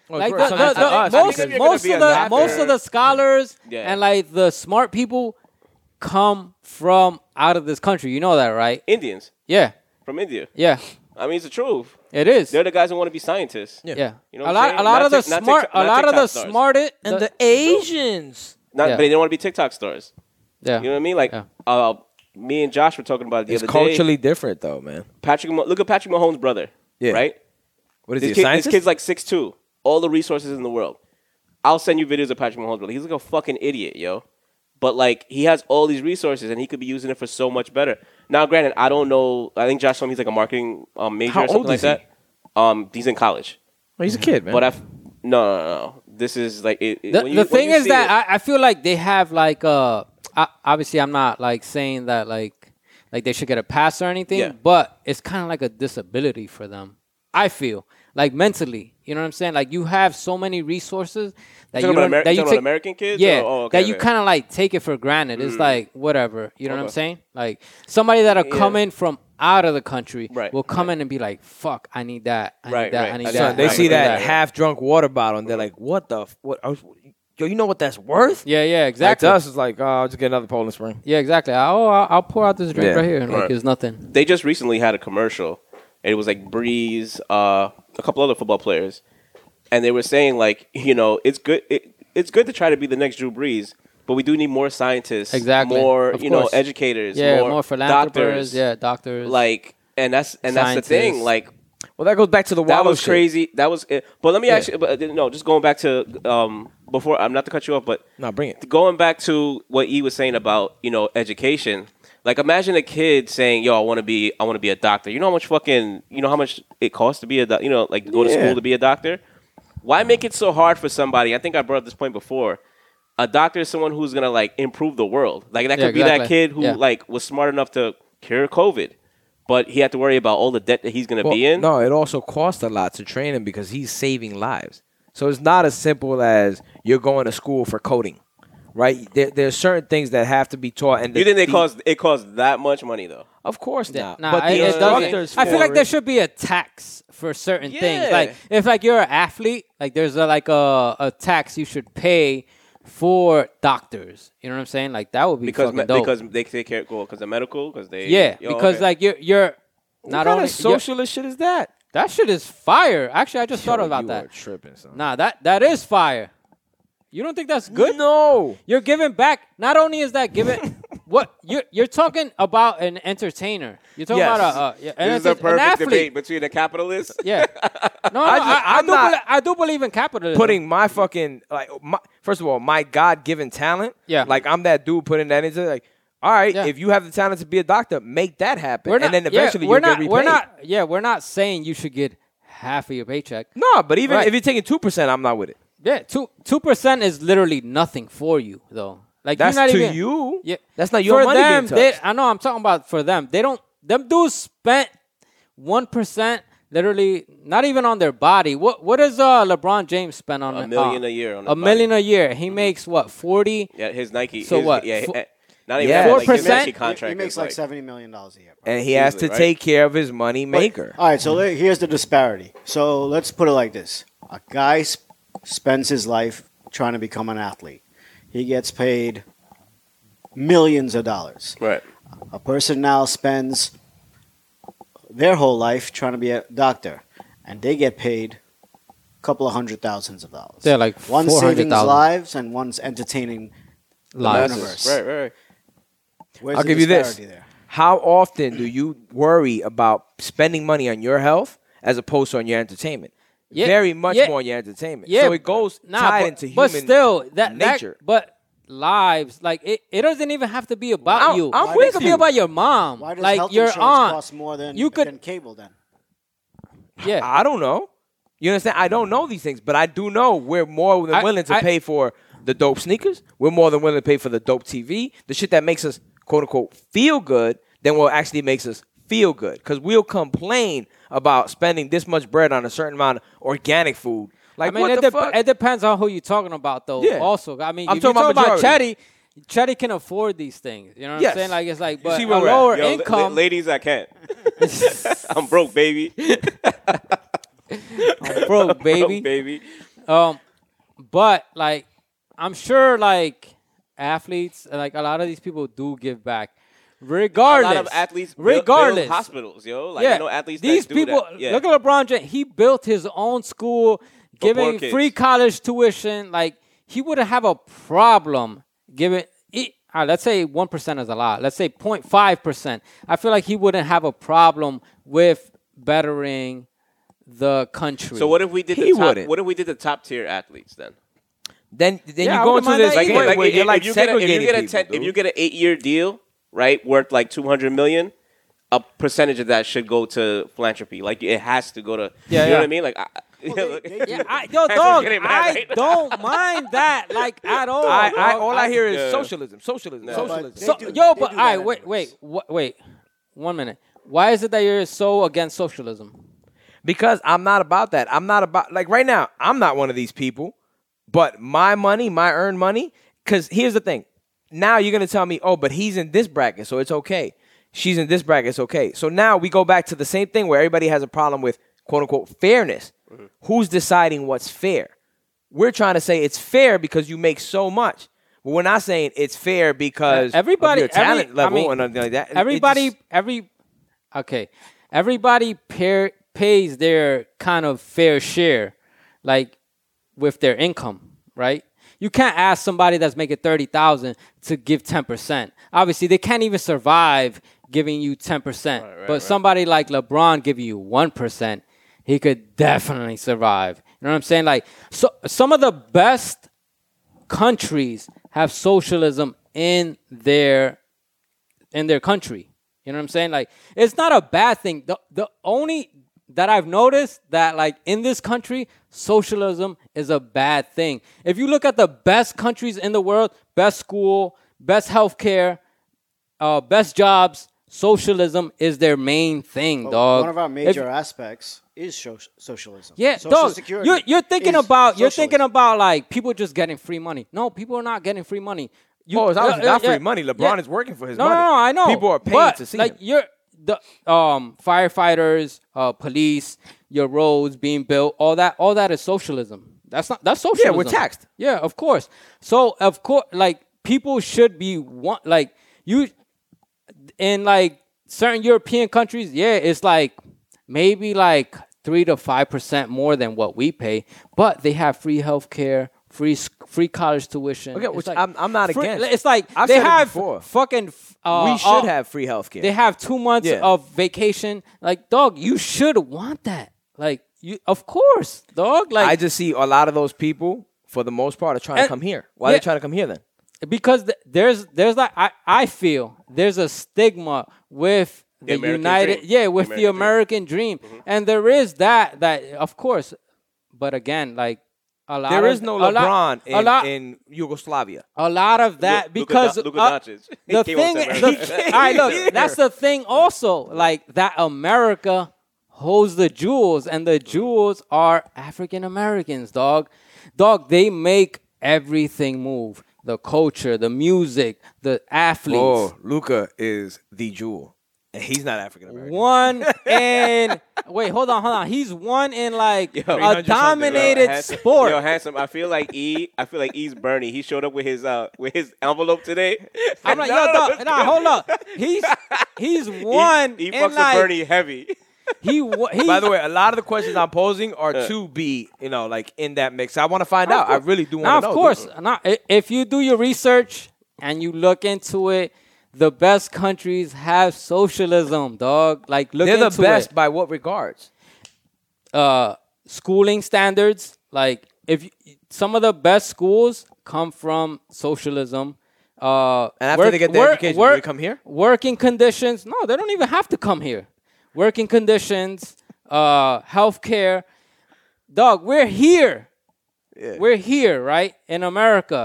S4: Like
S2: worth
S4: the, the,
S2: something to
S4: the-
S2: us
S4: most,
S3: because-
S4: most
S3: Even if
S4: of
S3: you're
S4: the
S3: gonna be a
S4: most of the scholars
S3: Yeah.
S4: and like the smart people come from out of this country. You know that, right?
S3: Indians
S4: Yeah,
S3: from India
S4: yeah,
S3: I mean it's the truth
S4: it is.
S3: they're the guys who want to be scientists
S2: Yeah.
S4: yeah,
S3: You know what
S4: a
S3: I'm
S4: lot,
S3: saying?
S4: a lot
S3: Not
S4: of the
S3: Tik- not Tik-
S4: smart, a
S3: not
S4: lot of the
S3: TikTok stars.
S4: smart,
S7: And the Asians.
S3: not
S4: Yeah.
S3: but they don't want to be TikTok stars
S4: yeah,
S3: you know what I mean like
S4: Yeah.
S3: uh me and Josh were talking about it the
S2: it's
S3: other day
S2: culturally different though, man.
S3: Patrick Mah- look at Patrick Mahomes brother
S2: Yeah.
S3: right
S2: What is
S3: This,
S2: he?
S3: kid, this
S2: Science?
S3: kid's like six two. All the resources in the world. I'll send you videos of Patrick Mahomes. But he's like a fucking idiot, yo. But like he has all these resources and he could be using it for so much better. Now, granted, I don't know. I think Josh told me he's like a marketing um, major
S2: How
S3: or something
S2: old
S3: like
S2: is he?
S3: that. Um, he's in college.
S2: Oh, he's a kid, man.
S3: But I've no, no, no, no. This is like it, it-
S4: the,
S3: when you-
S4: the
S3: when
S4: thing
S3: you
S4: is
S3: see it-
S4: that I, I feel like they have like uh I, obviously i'm not like saying that like like they should get a pass or anything
S3: Yeah.
S4: but it's kind of like a disability for them i feel like mentally you know what i'm saying like you have so many resources that
S3: You're
S4: you
S3: talking about Ameri-
S4: don't that
S3: talking
S4: you
S3: about
S4: take,
S3: American kids?
S4: yeah
S3: Or- oh, okay,
S4: that you
S3: okay. Mm-hmm.
S4: kind of like take it for granted it's like whatever you know what i'm
S3: Okay.
S4: saying like somebody that'll
S3: Yeah.
S4: come in from out of the country
S3: Right,
S4: will come in and be like fuck i need that i
S3: Right,
S4: need that
S3: right.
S4: i need
S3: Son,
S4: that
S2: Son, they
S4: I
S3: Right,
S2: see
S4: need
S2: that
S3: right.
S2: half drunk water bottle and they're like, "What the? F- what? I was- yo, you know what that's worth?"
S4: yeah yeah
S2: Like
S4: exactly
S2: to us, it's like, "Oh, I'll just get another Poland Spring."
S4: Yeah, exactly. I- Oh, I'll, I'll pour out this drink
S2: Yeah.
S4: right here. and Like
S3: Right.
S4: it's nothing.
S3: they just recently had a commercial. It was like Breeze, uh, a couple other football players, and they were saying like, you know, it's good. It, it's good to try to be the next Drew Brees, but we do need more scientists,
S4: Exactly.
S3: more
S4: Of
S3: you know,
S4: course.
S3: educators,
S4: yeah,
S3: more,
S4: more, philanthropers.
S3: doctors,
S4: Yeah, doctors.
S3: like, and that's and that's the thing,
S4: Scientists.
S3: like.
S2: Well, that goes back to the
S3: That
S2: Wallow
S3: was
S2: shit.
S3: crazy. That was it. But let me actually, but, uh, no, just going back to um, before. I'm not to cut you off, but
S2: No, bring it.
S3: going back to what E was saying about you know education like imagine a kid saying yo i want to be i want to be a doctor you know how much fucking you know how much it costs to be a doc- you know like to go to
S2: Yeah.
S3: school to be a doctor why make it so hard for somebody i think i brought up this point before a doctor is someone who's gonna like improve the world like that
S4: Yeah,
S3: could be that
S4: exactly.
S3: kid who
S4: Yeah.
S3: like was smart enough to cure covid but he had to worry about all the debt that he's gonna
S2: Well,
S3: be in
S2: No, it also costs a lot to train him because he's saving lives. So it's not as simple as you're going to school for coding, right? There, there are certain things that have to be taught. And the-
S3: you think they
S2: the-
S3: cost it cost that much money though
S2: Of course
S4: Yeah,
S2: not.
S4: nah,
S2: but
S4: it-
S2: the
S4: it doesn't-
S2: instructors,
S4: I feel
S2: for
S4: like there
S2: it-
S4: should be a tax for certain things.
S3: Yeah.
S4: Like if like you're an athlete, like there's a, like a, a tax you should pay for doctors. You know what I'm saying? Like that would be
S3: because
S4: fucking
S3: me-
S4: dope.
S3: because they take care cool because the medical because they
S4: yeah,
S3: Yo,
S4: because
S3: okay.
S4: like you're you're
S2: what
S4: not
S2: kind
S4: only
S2: of
S4: you're-
S2: socialist shit is that?
S4: that shit is fire. Actually, I just thought
S2: Yo,
S4: about
S2: you
S4: that.
S2: Are tripping, son.
S4: Nah, that that is fire. You don't think that's good?
S2: No.
S4: You're giving back. Not only is that giving, What you're you're talking about an entertainer? You're talking
S2: Yes.
S4: about uh, a, a an,
S3: This is a
S4: enter- an
S3: perfect
S4: athlete.
S3: debate between a capitalist.
S4: Yeah. No, no I,
S2: just-
S4: I, I
S2: I'm
S4: do
S2: not
S4: believe, I do believe in capitalism.
S2: putting my fucking like my first of all my God given talent.
S4: Yeah.
S2: like I'm that dude putting that into like. All right,
S4: Yeah.
S2: if you have the talent to be a doctor, make that happen,
S4: we're
S2: and
S4: not,
S2: then eventually
S4: yeah, we're
S2: you'll
S4: not
S2: get repaid.
S4: we're not yeah we're not saying you should get half of your paycheck.
S2: no, but even
S4: Right.
S2: if you're taking two percent, I'm not with it.
S4: Yeah, two two percent is literally nothing for you though. Like
S2: That's
S4: you're not
S2: to
S4: even,
S2: you.
S4: Yeah,
S2: That's not your
S4: for
S2: money
S4: them,
S2: being
S4: they-
S2: touched.
S4: I know. I'm talking about for them. They don't. Them dudes spent one percent, literally, not even on their body. What What does uh LeBron James spend on
S3: A
S4: uh,
S3: million a year on
S4: a
S3: his
S4: million a year.
S2: Mm-hmm.
S4: He makes what forty?
S3: Yeah, his Nike.
S4: So
S3: his-
S4: what?
S3: Yeah,
S4: Fo-
S3: eh, not even
S2: Yeah.
S3: that, like, his
S4: 4%?
S3: Nike
S4: He- he
S3: contract.
S5: he makes
S3: is
S5: like seventy million dollars a year. bro.
S2: And he has to
S3: Easily, right?
S2: take care of his money maker.
S5: All right, so le- here's the disparity. So let's put it like this: a guy sp- spends his life trying to become an athlete. He gets paid millions of dollars.
S3: Right.
S5: A person now spends their whole life trying to be a doctor, and they get paid a couple of hundred thousands of dollars.
S4: They're like
S5: one saving
S4: 400,000.
S5: lives and one's entertaining.
S4: Lives.
S5: universe.
S3: Right, right, right.
S5: Where's
S2: I'll
S5: the
S2: give you this.
S5: disparity There?
S2: How often do you worry about spending money on your health as opposed to on your entertainment?
S4: Yeah,
S2: Very much
S4: yeah.
S2: more on your entertainment.
S4: Yeah,
S2: so it goes
S4: nah,
S2: tied
S4: but,
S2: into human
S4: but still that
S2: nature.
S4: That, but lives like it, it doesn't even have to be about
S2: I'm-
S4: you
S2: I'm
S4: it
S2: with
S4: could be
S2: you.
S4: about your mom
S5: Why does
S4: like
S5: health
S4: your
S5: insurance
S4: aunt
S5: cost more than
S4: you could
S5: than cable? Then
S4: yeah
S2: I don't know. You understand? I don't know these things, but I do know we're more than
S4: I-
S2: willing to
S4: I-
S2: pay for the dope sneakers. We're more than willing to pay for the dope TV, the shit that makes us quote unquote feel good than what actually makes us feel good. Because we'll complain about spending this much bread on a certain amount of organic food. Like
S4: I mean,
S2: what
S4: it,
S2: the
S4: dep-
S2: fuck?
S4: it depends on who you're talking about, though.
S2: Yeah.
S4: Also, I mean,
S2: I'm
S4: if
S2: talking
S4: you're
S2: about
S4: talking about
S2: majority.
S4: Chetty, Chetty can afford these things. You know what
S2: Yes.
S4: I'm saying? Like, it's like,
S2: You
S4: but
S2: see
S4: a
S2: where we're at.
S4: lower
S3: Yo, la- la-
S4: income.
S3: ladies, I can't. I'm broke, baby.
S4: broke, baby.
S3: Broke, baby.
S4: Um, but like, I'm sure like athletes, like a lot of these people do give back,
S3: A
S4: regardless.
S3: lot of athletes. build- build
S4: regardless,
S3: hospitals, yo. Like,
S4: yeah,
S3: I know athletes.
S4: These
S3: that do
S4: people.
S3: That. Yeah.
S4: Look at LeBron James. He built his own school,
S3: poor
S4: giving
S3: kids.
S4: free college tuition. Like he wouldn't have a problem giving. It, all right, let's say one percent is a lot. Let's say 05 percent. I feel like he wouldn't have a problem with bettering the country.
S3: So what if we did
S2: He
S3: the top?
S2: wouldn't.
S3: What if we did the top tier athletes then?
S2: then then
S4: Yeah, I
S2: you go
S4: wouldn't
S2: into
S4: mind
S2: this
S4: that
S2: like,
S4: either.
S2: point
S4: Like,
S2: where you're like
S3: if you get a, if you
S2: segregating
S3: get a
S2: people,
S3: ten, if
S2: dude.
S3: you get an eight year deal, right, worth like two hundred million, a percentage of that should go to philanthropy. Like it has to go to.
S4: Yeah,
S3: you know
S4: yeah.
S3: what I mean? Like, I,
S4: Yeah, I, yo, dog, I don't mind that like at all.
S2: I, I,
S4: dog.
S2: all I hear is
S3: Yeah.
S2: socialism, socialism,
S3: No.
S2: socialism.
S5: They
S4: So,
S5: do-
S4: yo, but
S5: they do
S4: all
S5: that
S4: right, wait,
S5: anyways.
S4: wait, wha- wait, one minute. Why is it that you're so against socialism?
S2: because I'm not about that. I'm not about like right now. I'm not one of these people. But my money, my earned money. Because here's the thing. Now you're gonna tell me, oh, but he's in this bracket, so it's okay. She's in this bracket, it's okay. So now we go back to the same thing where everybody has a problem with quote unquote fairness.
S4: Mm-hmm.
S2: Who's deciding what's fair? We're trying to say it's fair because you make so much. But we're not saying it's fair because of
S4: Everybody,
S2: your talent
S4: every- I
S2: level
S4: mean,
S2: and nothing like that. It- it
S4: Everybody,
S2: just-
S4: every, okay, everybody pair, pays their kind of fair share, like with their income, right? You can't ask somebody that's making thirty thousand to give ten percent. Obviously, they can't even survive giving you ten percent. but somebody like LeBron giving you one percent, he could definitely survive. You know what I'm saying? Like, so some of the best countries have socialism in their in their country. You know what I'm saying? Like it's not a bad thing. The the only that I've noticed that like in this country, socialism is a bad thing. If you look at the best countries in the world, best school, best healthcare, uh, best jobs, socialism is their main thing, dog.
S5: One of our
S4: If-
S5: major aspects is sho- socialism.
S4: yeah,
S5: Social
S4: dog.
S5: security.
S4: You're, you're thinking
S5: is
S4: about you're
S5: socialism.
S4: thinking about like people just getting free money. No, people are not getting free money. You,
S2: Oh, it's obviously
S4: yeah,
S2: not free
S4: yeah,
S2: money. LeBron
S4: yeah.
S2: is working for his
S4: no,
S2: money.
S4: No, no, I know.
S2: People are paying
S4: but,
S2: to see
S4: like
S2: him.
S4: you're the um firefighters, uh, police, your roads being built, all that, all that is socialism. That's not that's socialism.
S2: we're taxed.
S4: Yeah, of course. So of course, like people should be one like you in like certain European countries, yeah, it's like maybe like three to five percent more than what we pay, but they have free healthcare, free sc- free college tuition.
S2: Okay,
S4: It's
S2: which
S4: like-
S2: I'm- I'm not
S4: free-
S2: against.
S4: It's like
S2: I've
S4: they
S2: said it
S4: have
S2: before.
S4: fucking. f- Uh,
S2: we should
S4: all-
S2: have free healthcare.
S4: They have two months
S2: Yeah.
S4: of vacation. Like, dog, you should want that. Like, you of course, dog. Like,
S2: I just see a lot of those people, for the most part, are trying
S4: And-
S2: to come here. Why are
S4: yeah.
S2: they trying to come here then?
S4: because th- there's there's like I, I feel there's a stigma with the,
S3: American
S4: United
S3: dream.
S4: yeah with the
S3: American dream.
S4: American dream, Mm-hmm. and there is that that of course, but again like a lot
S2: There
S4: of,
S2: is no
S4: a lot-
S2: LeBron
S4: a lot,
S2: in, in Yugoslavia.
S4: a lot of that
S3: Luka-
S4: because
S3: Luka
S4: uh,
S3: Doncic. He
S4: the
S3: came up
S4: thing.
S3: to
S4: the-
S3: America.
S4: all right, look, that's the thing. Also, like that America holds the jewels, and the jewels are African Americans. Dog, dog. They make everything move. The culture, the music, the athletes.
S2: Oh, Luca is the jewel, and he's not African American.
S4: One in wait, hold on, hold on. He's one in like
S2: 300
S4: a
S2: something, bro.
S4: dominated
S3: handsome,
S4: sport.
S3: Yo, handsome. I feel like E. I feel like E's Bernie. He showed up with his uh with his envelope today.
S4: I'm like, yo, dog, nah, hold up. He's he's one
S3: He, he
S4: in
S3: fucks
S4: like
S3: with Bernie heavy.
S4: he wa- he
S2: By the way, a lot of the questions I'm posing are to be, you know, like in that mix. I want to find out. I really do want
S4: Now,
S2: to
S4: of
S2: know.
S4: course, now, i- if you do your research and you look into it, the best countries have socialism, dog. Like look
S2: They're the
S4: into
S2: best
S4: it.
S2: by what regards?
S4: Uh, schooling standards, like if you, some of the best schools come from socialism. Uh,
S2: And after they get their education, do they come here?
S4: Working conditions? No, they don't even have to come here. Working conditions, uh, health care. Dog, we're here. We're here, right? In America,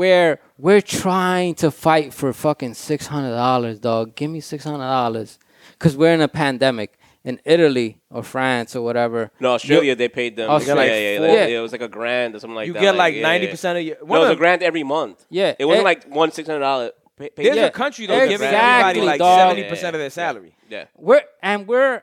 S4: where we're trying to fight for fucking six hundred dollars, dog. Give me six hundred dollars, cause we're in a pandemic. In Italy or France or whatever.
S3: No, Australia they paid them.
S4: Australia,
S3: yeah,
S4: like,
S3: yeah, yeah,
S4: four-
S3: like,
S4: yeah.
S3: yeah, It was like a grand or something like
S2: You
S3: that.
S2: get like
S3: yeah,
S2: 90% of your-
S3: No,
S2: one
S3: it was
S2: of-
S3: a grand every month.
S4: Yeah,
S3: it wasn't
S4: eh,
S3: like one six hundred dollar. Pay, pay
S2: There's
S4: Yeah.
S2: a country though giving everybody
S4: Exactly,
S2: like
S4: dog.
S2: seventy percent of their salary.
S3: yeah.
S4: We're and we're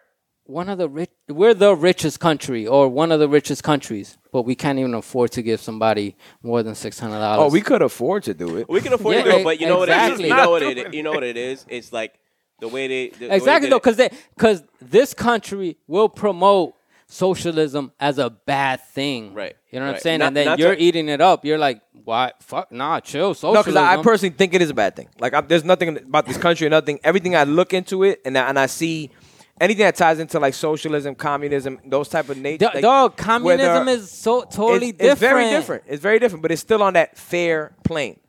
S4: one of the rich. We're the richest country or one of the richest countries, but we can't even afford to give somebody more than six hundred dollars.
S3: Oh,
S2: Oh, could afford to do it.
S3: We can afford
S4: Yeah,
S3: to do
S4: e-
S3: it, but you know
S4: exactly.
S3: what it is. You know what it is. You know what it is. It's like the way they the- the way
S4: exactly
S3: they did
S4: though,
S3: it.
S4: because because this country will promote socialism as a bad thing.
S3: Right,
S4: You know what I'm
S3: right.
S4: saying?
S3: Not-
S4: and then
S3: not
S4: you're
S3: to-
S4: eating it up. You're like, why? Fuck, nah, chill.
S2: No,
S4: Socialism.
S2: because I, I personally think it is a bad thing. Like, I, there's nothing about this country or nothing. Everything I look into it and I, and I see anything that ties into like socialism, communism, those type of
S4: Do-
S2: nature. like,
S4: dog,
S2: whether-
S4: communism is so totally
S2: it's,
S4: different.
S2: It's very different. It's very different, but it's still on that fair plane.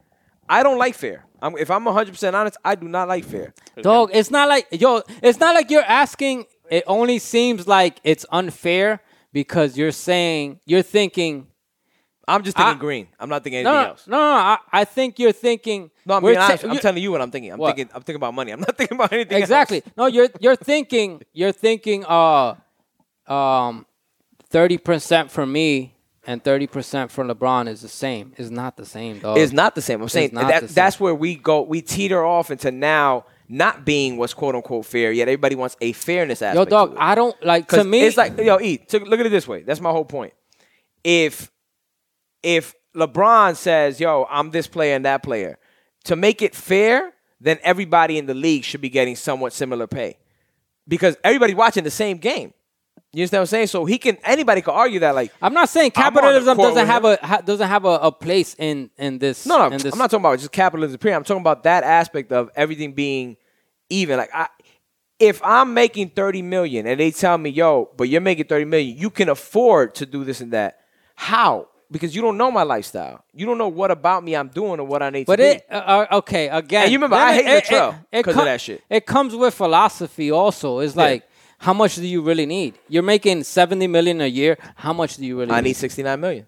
S2: I don't like fair. I'm, if I'm 100 percent honest, I do not like fair.
S4: Dog, it's not like yo, it's not like you're asking. It only seems like it's unfair because you're saying you're thinking.
S2: I'm just thinking
S4: I-
S2: green. I'm not thinking
S4: No,
S2: anything
S4: no, no,
S2: else.
S4: no, I, I think you're thinking.
S2: No, I'm,
S4: we're
S2: being honest.
S4: ta-
S2: I'm
S4: you-
S2: telling you what I'm thinking. I'm
S4: What?
S2: thinking. I'm thinking about money. I'm not thinking about anything. else.
S4: exactly. No, you're you're thinking you're thinking uh um thirty percent for me and thirty percent for LeBron is the same. It's not the same, dog.
S2: It's not the same. I'm saying
S4: not
S2: that,
S4: the same.
S2: that's where we go. We teeter off into now not being what's quote unquote fair. Yet everybody wants a fairness
S4: Yo,
S2: aspect.
S4: dog,
S2: to it.
S4: I don't like
S2: 'Cause
S4: to me
S2: it's like yo, E. To, look at it this way. That's my whole point. If if LeBron says, "Yo, I'm this player and that player," to make it fair, then everybody in the league should be getting somewhat similar pay because everybody's watching the same game. You understand what I'm saying? So he can anybody could argue that like
S4: I'm not saying
S2: I'm on the
S4: capitalism
S2: court
S4: doesn't
S2: with
S4: have
S2: him.
S4: a ha, doesn't have a, a place in in this.
S2: No, no,
S4: in this
S2: I'm not talking about just capitalism. Period. I'm talking about that aspect of everything being even. Like, I, if I'm making 30 million and they tell me, "Yo, but you're making 30 million, you can afford to do this and that." How? Because you don't know my lifestyle. You don't know what about me I'm doing or what I need
S4: But
S2: to
S4: it
S2: do.
S4: uh, uh, okay again.
S2: And you remember,
S4: then
S2: I
S4: it-
S2: hate
S4: it-
S2: Latrell
S4: it- it
S2: 'cause of
S4: com-
S2: that shit.
S4: It comes with philosophy also. It's like how much do you really need? You're making seventy million a year. How much do you really?
S2: I need 69 million.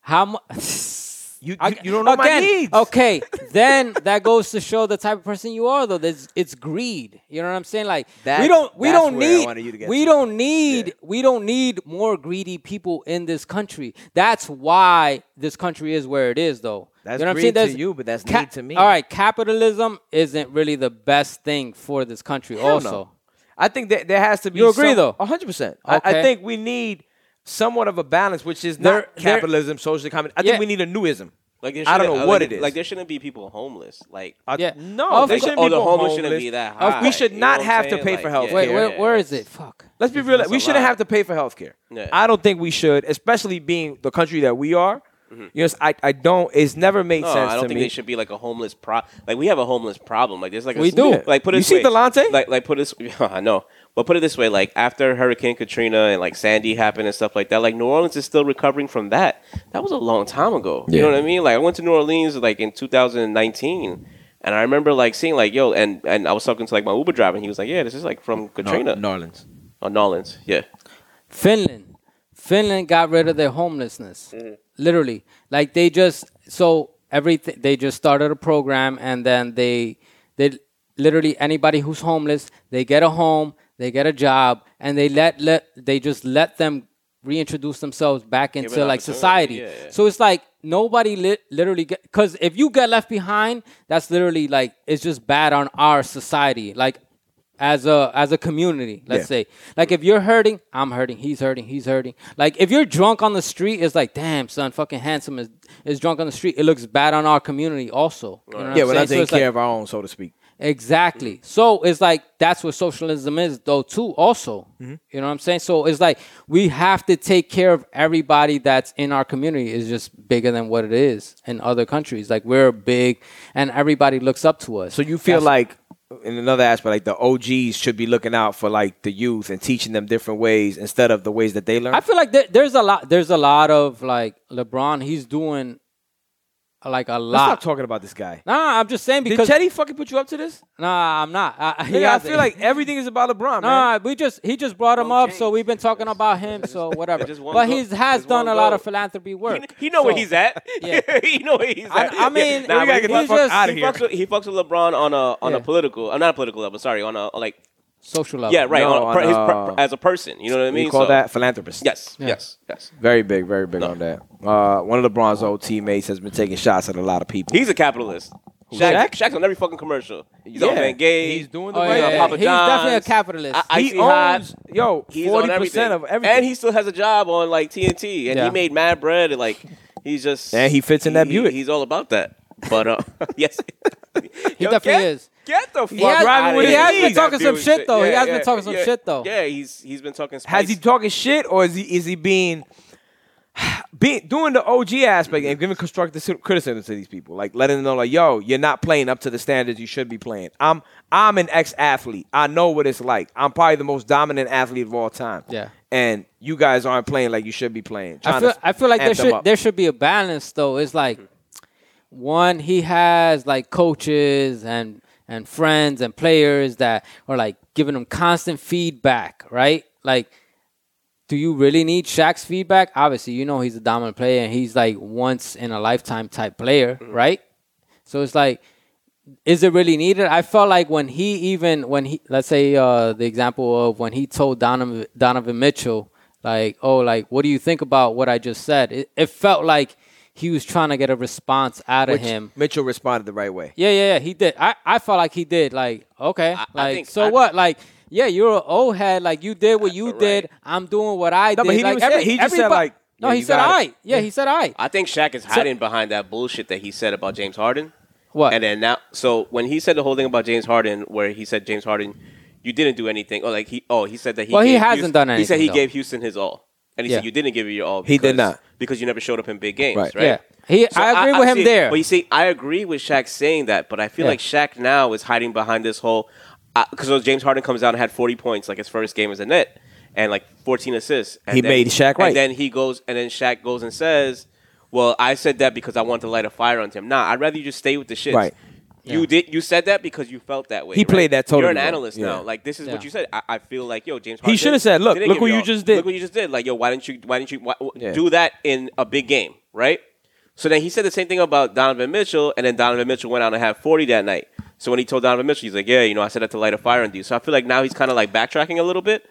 S4: how much.
S2: You, you, you don't know my needs.
S4: Okay, then that goes to show the type of person you are, though. There's, it's greed. You know what I'm saying? Like we
S2: That's-
S4: don't, we
S2: that's
S4: don't
S2: where I
S4: need,
S2: wanted you to get
S4: we
S2: to.
S4: don't need, we don't need more greedy people in this country. That's why this country is where it is, though.
S2: That's
S4: you know what I'm
S2: greed
S4: saying?
S2: to
S4: There's-
S2: you, but that's need to me.
S4: All right, capitalism isn't really the best thing for this country.
S2: Hell
S4: also,
S2: no. I think that there has to be.
S4: You agree,
S2: some-
S4: though?
S2: a hundred percent. I
S4: Okay.
S2: I think we need somewhat of a balance, which is
S4: There-
S2: not
S4: there-
S2: capitalism, social economy. I
S4: Yeah.
S2: think we need a newism.
S3: Like there
S2: I don't
S3: shouldn't-
S2: know what
S3: like,
S2: it is.
S3: Like there shouldn't be people homeless. Like
S2: I-
S4: Yeah.
S2: No,
S4: Of
S2: they
S4: course.
S2: shouldn't
S3: Oh,
S2: be
S3: the
S2: more
S3: homeless
S2: homeless.
S3: shouldn't be that
S2: Of-
S3: high,
S2: We should
S3: you
S2: not
S3: know what I'm
S2: have to
S3: saying?
S2: pay
S3: Like,
S2: for
S3: yeah.
S2: health care.
S4: wait, where,
S3: yeah,
S4: where
S3: yeah.
S4: is it? Fuck.
S2: Let's be
S3: It's-
S2: real.
S3: it's
S2: We
S3: a
S2: shouldn't
S3: lot.
S2: have to pay for healthcare.
S3: Yeah.
S2: I don't think we should, especially being the country that we are. You know, it's- I, I don't. It's never made
S3: No,
S2: sense
S3: I don't
S2: to
S3: think
S2: me.
S3: they should be like a homeless pro. Like we have a homeless problem. Like there's like a
S4: We do.
S3: Like put it
S2: You
S3: this
S2: see
S3: way.
S2: Delonte?
S3: Like like put it. this- I know. But put it this way, like after Hurricane Katrina and like Sandy happened and stuff like that, like New Orleans is still recovering from that. That was a long time ago. You know what I mean? Like I went to New Orleans like in 2019, and I remember like seeing like yo, and and I was talking to like my Uber driver, and he was like, yeah, this is like from Katrina,
S8: New Orleans.
S3: or New Orleans, yeah.
S4: Finland. Finland got rid of their homelessness.
S3: Mm-hmm.
S4: Literally. Like they just so everything they just started a program and then they they literally anybody who's homeless, they get a home, they get a job and they let let they just let them reintroduce themselves back
S3: them
S4: into
S3: an
S4: like
S3: opportunity,
S4: society.
S3: yeah, yeah.
S4: So it's like nobody lit literally cuz if you get left behind, that's literally like it's just bad on our society. Like as a as a community let's say like if you're hurting i'm hurting he's hurting he's hurting like if you're drunk on the street it's like damn son fucking handsome is is drunk on the street it looks bad on our community also You know what I'm
S2: yeah, we're not
S4: saying? So
S2: taking
S4: it's like-
S2: care of our own, so to speak.
S4: Exactly.
S2: Mm-hmm.
S4: So it's like that's what socialism is, though, too, also.
S2: Mm-hmm.
S4: You know what I'm saying? So it's like we have to take care of everybody that's in our community, is just bigger than what it is in other countries. Like we're big and everybody looks up to us.
S2: So you feel
S4: That's-
S2: like, in another aspect, like the OGs should be looking out for like the youth and teaching them different ways instead of the ways that they learn.
S4: I feel like there, there's a lot there's a lot of like LeBron, he's doing like a
S2: Let's stop
S4: lot.
S2: talking about this guy.
S4: Nah, I'm just saying because
S2: Did Chetty fucking put you up to this?
S4: nah, I'm not. I, I- he
S2: Nigga, I
S4: has it.
S2: feel like everything is about LeBron, man.
S4: Nah, we just he just brought him up, so we've been talking about him, so whatever.
S3: just one
S4: But
S3: goal-
S4: he has
S3: just one
S4: done a lot
S3: goal.
S4: of philanthropy work.
S3: He, he know where
S4: So-
S3: he's at.
S4: yeah.
S3: he know where he's
S4: I-
S3: at.
S4: I mean,
S3: nah, but
S4: we gotta get the
S3: he's
S4: fuck
S3: just-
S4: outta
S3: he
S4: here.
S3: Fucks with, he fucks with LeBron on a on
S4: Yeah.
S3: a political, uh, not a political level. Sorry, on a like
S4: social level.
S3: yeah, right.
S2: Oh, No,
S3: on a per-
S2: on,
S3: his
S2: uh,
S3: per- as a person, you know what I
S2: We
S3: mean.
S2: call
S3: So-
S2: that philanthropist.
S3: Yes, yes, yes.
S2: Very big, very big on that. Uh, one of LeBron's old teammates has been taking shots at a lot of people.
S3: He's a capitalist. Shaq, Shaq's on every fucking commercial. He's on Van Gay.
S2: He's doing the
S4: Oh, yeah,
S2: right
S3: on
S4: yeah,
S2: thing.
S4: yeah.
S3: Papa
S4: He's definitely a
S3: John's.
S4: capitalist.
S3: I-
S2: he
S3: see
S2: owns yo
S3: He's on
S2: forty percent of everything,
S3: and he still has a job on like TNT, and
S4: Yeah.
S3: he made mad bread. And, like he's just
S2: And he fits in that Buick.
S3: He's all about that. But uh, yes,
S4: he
S3: Yo,
S4: definitely
S3: get-
S4: is.
S3: Get the fuck
S4: has-
S3: outta
S4: he
S3: here.
S4: has been
S3: Leave that
S4: talking some
S3: Buick
S4: shit, though. He has been talking some
S3: yeah.
S4: shit, though.
S3: Yeah, he's he's been talking. Spice.
S2: Has he talking shit or is he is he being being doing the OG aspect and giving constructive ci- criticism to these people, like letting them know, like, yo, you're not playing up to the standards you should be playing. I'm I'm an ex athlete. I know what it's like. I'm probably the most dominant athlete of all time.
S4: Yeah.
S2: And you guys aren't playing like you should be playing.
S4: I
S2: Tryna
S4: feel I feel like there
S2: amp them
S4: should
S2: up.
S4: there should be a balance though. It's like one he has like coaches and and friends and players that are like giving him constant feedback, right? Like do you really need Shaq's feedback? Obviously, you know he's a dominant player and he's like once in a lifetime type player,
S3: Mm-hmm.
S4: right? So it's like is it really needed? I felt like when he even when he let's say uh, the example of when he told Donovan Donovan Mitchell like oh like what do you think about what I just said? It, it felt like he was trying to get a response out of
S2: Which
S4: him.
S2: Mitchell responded the right way.
S4: Yeah, yeah, yeah. He did. I, I felt like he did. Like okay,
S3: I
S4: like
S3: think-
S4: so
S3: I-
S4: what? Like yeah, you're an old head. Like you did what you did. I'm doing what I did.
S2: but he didn't
S4: like,
S2: even say it. He just said,
S4: everybo-
S2: like,
S4: no,
S2: yeah,
S4: he
S2: you
S4: said
S2: got it.
S4: I. Yeah, he said I.
S3: I think Shaq is hiding behind that bullshit that he said about James Harden.
S4: What?
S3: And then now, so when he said the whole thing about James Harden, where he said James Harden, you didn't do anything. Oh, like he, oh, he said that he.
S4: Well, he
S3: gave
S4: hasn't
S3: Houston-
S4: done
S3: He said
S4: anything,
S3: he
S4: though.
S3: gave Houston his all, and he
S4: Yeah.
S3: said you didn't give it your all. Because,
S2: He did not.
S3: because you never showed up in big games,
S2: Right.
S3: right?
S4: Yeah, he.
S3: So
S4: I agree with him
S3: see-
S4: there.
S3: But you see, I agree with Shaq saying that, but I feel
S4: Yeah.
S3: like Shaq now is hiding behind this whole. Because James Harden comes out and had 40 points, like his first game as a net, and like 14 assists. And
S2: He made Shaq right.
S3: And then he goes, and then Shaq goes and says, "Well, I said that because I wanted to light a fire on him. Nah, I'd rather you just stay with the shit.
S2: Right.
S3: You did. You said that because you felt that way.
S2: He
S3: right?
S2: played that totally
S3: You're an
S2: wrong.
S3: analyst
S2: Yeah.
S3: now. Like this is
S4: Yeah.
S3: what you said. I, I feel like yo, James. Harden
S2: should have said, "Look,
S3: didn't
S2: look
S3: give
S2: what
S3: it
S2: you
S3: all.
S2: just did."
S3: Look what you just did. Like yo, why didn't you? Why didn't you why,
S2: Yeah.
S3: do that in a big game? Right. So then he said the same thing about Donovan Mitchell, and then Donovan Mitchell went out and had 40 that night. So when he told Donovan Mitchell, he's like, "Yeah, you know, I said that to light a fire on you." So I feel like now he's kind of like backtracking a little bit.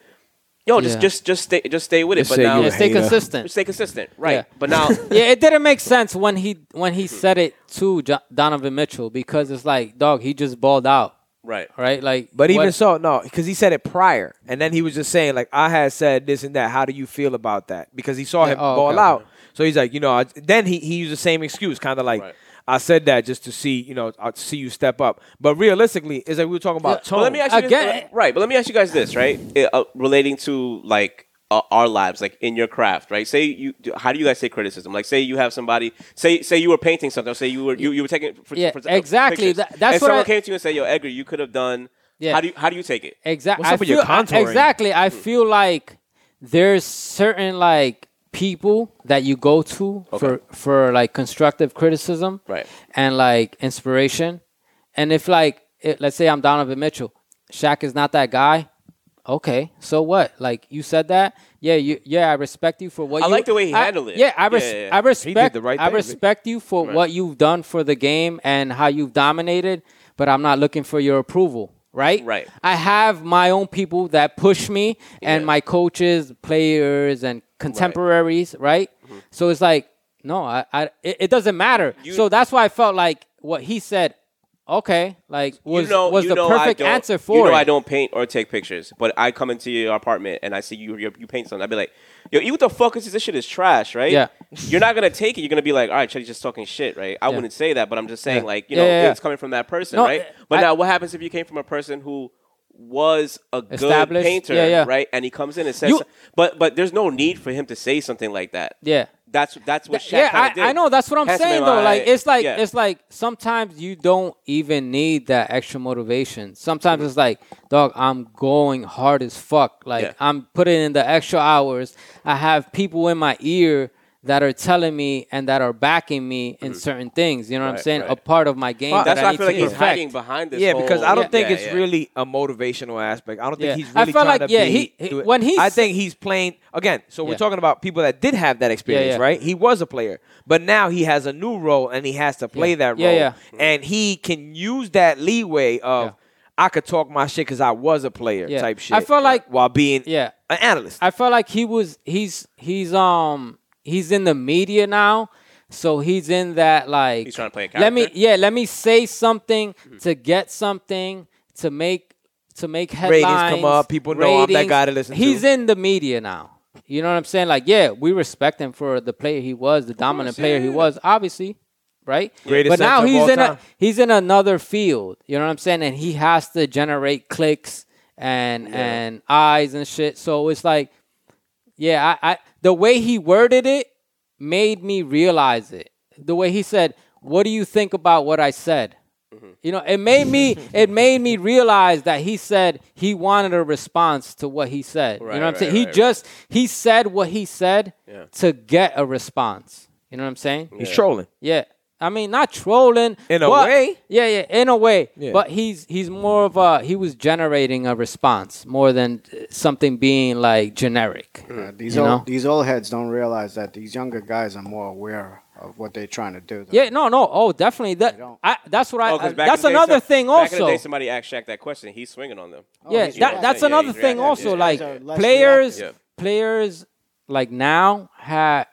S3: Yo, just
S4: Yeah.
S3: just just stay just stay with it.
S2: Just
S3: but
S2: say
S3: now
S2: you
S4: yeah, stay
S2: Hater.
S4: consistent.
S3: stay consistent, right?
S4: Yeah.
S3: But now
S4: yeah, it didn't make sense when he when he said it to jo- Donovan Mitchell because it's like, dog, he just balled out,
S3: right.
S4: right? Like,
S2: But even
S4: what-
S2: so, no, because he said it prior, and then he was just saying like, "I had said this and that. How do you feel about that?" Because he saw
S4: Yeah,
S2: him
S4: oh,
S2: ball
S4: okay,
S2: out, so he's like, you know. I, then he, he used the same excuse, kind of like,
S3: Right.
S2: "I said that just to see, you know, uh, to see you step up." But realistically, is like we were talking about
S4: Yeah,
S2: tone.
S3: But let me ask you this-
S4: Again-
S3: right? But let me ask you guys this, right? Uh, relating to like uh, our lives, like in your craft, right? Say you, how do you guys say criticism? Like, say you have somebody, say say you were painting something, or say you were you, you were taking, for,
S4: Yeah,
S3: for- uh,
S4: exactly.
S3: pictures,
S4: That- that's
S3: and
S4: what
S3: someone
S4: I-
S3: came to you and said, "Yo, Edgar, you could have done."
S4: Yeah.
S3: How do you how do you take it?
S4: Exactly.
S9: What's up with your contouring?
S4: Exactly.
S3: Hmm.
S4: I feel like there's certain like people that you go to for for like constructive criticism,
S3: Right.
S4: And like inspiration. And if like it, let's say I'm Donovan Mitchell, Shaq is not that guy. Okay, so what? Like you said that, yeah, you, yeah, I respect you for what.
S3: I
S4: you,
S3: like the way he
S4: I-
S3: handled it.
S4: Yeah, I, res-
S3: Yeah, yeah, yeah. He
S4: I
S3: did
S4: respect.
S2: the right
S4: I
S2: thing.
S4: respect you for what you've done for the game and how you've dominated. But I'm not looking for your approval, right?
S3: Right.
S4: I have my own people that push me and
S3: Yeah.
S4: my coaches, players, and contemporaries, right? So it's like, no, I, I it, it doesn't matter.
S3: Mm-hmm. You-
S4: so that's why I felt like what he said, okay, like was
S3: you know,
S4: was
S3: you
S4: the
S3: know
S4: perfect
S3: I don't,
S4: answer for
S3: you know
S4: it.
S3: I don't paint or take pictures, but I come into your apartment and I see you you, you paint something. I'd be like, yo, you what the fuck is this? This shit is trash, right?
S4: Yeah.
S3: You're not gonna take it. You're gonna be like, all right, Chetty's just talking shit, right? I wouldn't say that, but I'm just saying,
S4: Yeah.
S3: like, you
S4: Yeah,
S3: know,
S4: yeah, yeah.
S3: it's coming from that person,
S4: No,
S3: right?
S4: I-
S3: But
S4: I-
S3: now, what happens if you came from a person who was a good
S4: Established.
S3: painter,
S4: Yeah, yeah.
S3: right? And he comes in and says,
S4: You-
S3: but but there's no need for him to say something like that.
S4: Yeah.
S3: That's that's what Shaq
S4: yeah,
S3: kinda
S4: I,
S3: did.
S4: I know that's what I'm
S3: Pass him
S4: saying
S3: in
S4: though.
S3: my-
S4: Like it's like
S3: yeah.
S4: it's like sometimes you don't even need that extra motivation. Sometimes it's like, dog, I'm going hard as fuck. Like
S3: Yeah.
S4: I'm putting in the extra hours. I have people in my ear that are telling me and that are backing me
S3: Mm-hmm.
S4: in certain things. You know what I'm saying? A part of my game. that
S3: that's why I
S4: need
S3: feel like
S4: to
S3: he's
S4: perfect.
S3: hiding behind this.
S2: Yeah, because
S3: whole-
S2: I don't
S4: Yeah.
S2: think
S3: Yeah,
S2: it's
S3: yeah.
S2: really a motivational aspect. I don't think
S4: Yeah.
S2: he's
S4: I
S2: really
S4: feel
S2: trying
S4: like,
S2: to
S4: yeah,
S2: be.
S4: he- he-
S2: do it.
S4: when he's-
S2: I think he's playing again. So
S4: Yeah.
S2: we're talking about people that did have that experience,
S4: yeah.
S2: right? He was a player, but now he has a new role and he has to play
S4: Yeah.
S2: that
S4: Yeah,
S2: role.
S4: yeah.
S2: and he can use that leeway of.
S4: Yeah.
S2: I could talk my shit because I was a player
S4: Yeah.
S2: type shit. uh,
S4: I felt like-
S2: while being
S4: Yeah.
S2: an analyst.
S4: I felt like he was he's he's um he's in the media now, so he's in that like
S3: He's trying to play a
S4: Let me
S3: character? Mm-hmm.
S4: yeah, let me say something to get something to make to make headlines.
S2: up, people know I'm that
S4: ratings.
S2: guy to listen to.
S4: He's in the media now. You know what I'm saying? Like yeah, we respect him for the player he was, the dominant player he was, obviously, right?
S2: Greatest
S4: but now
S2: center of
S4: he's
S2: all
S4: in a
S2: time.
S4: he's in another field. You know what I'm saying? And he has to generate clicks and and eyes and shit. So it's like, yeah, I, I the way he worded it made me realize it. The way he said, "What do you think about what I said?" You know, it made me it made me realize that he said he wanted a response to what he said. you
S3: Right,
S4: know what I'm
S3: right,
S4: saying? He
S3: right, right.
S4: just he said what he said to get a response. You know what I'm saying?
S2: he's trolling.
S4: Yeah. I mean, not trolling
S2: In a
S4: but-
S2: way.
S4: Yeah, yeah, in a way.
S2: Yeah.
S4: But he's he's more of a he was generating a response more than uh, something being like generic.
S5: Uh, these
S4: You
S5: old
S4: know?
S5: these old heads don't realize that these younger guys are more aware of what they're trying to do. though.
S4: Yeah, no, no. Oh, definitely. That
S5: don't.
S4: I, that's what I.
S3: Oh, 'cause back
S4: that's
S3: in the day,
S4: another
S3: some-
S4: thing
S3: Back in
S4: also.
S3: the day, somebody asked Shaq that question. He's swinging on them.
S4: yeah,
S5: he's
S4: that,
S5: reacting.
S4: that's
S3: Yeah,
S4: another
S3: he's
S4: thing
S3: reacting.
S4: also.
S3: Yeah.
S4: Like
S5: Guys are less
S4: players,
S3: reactive.
S4: players like now have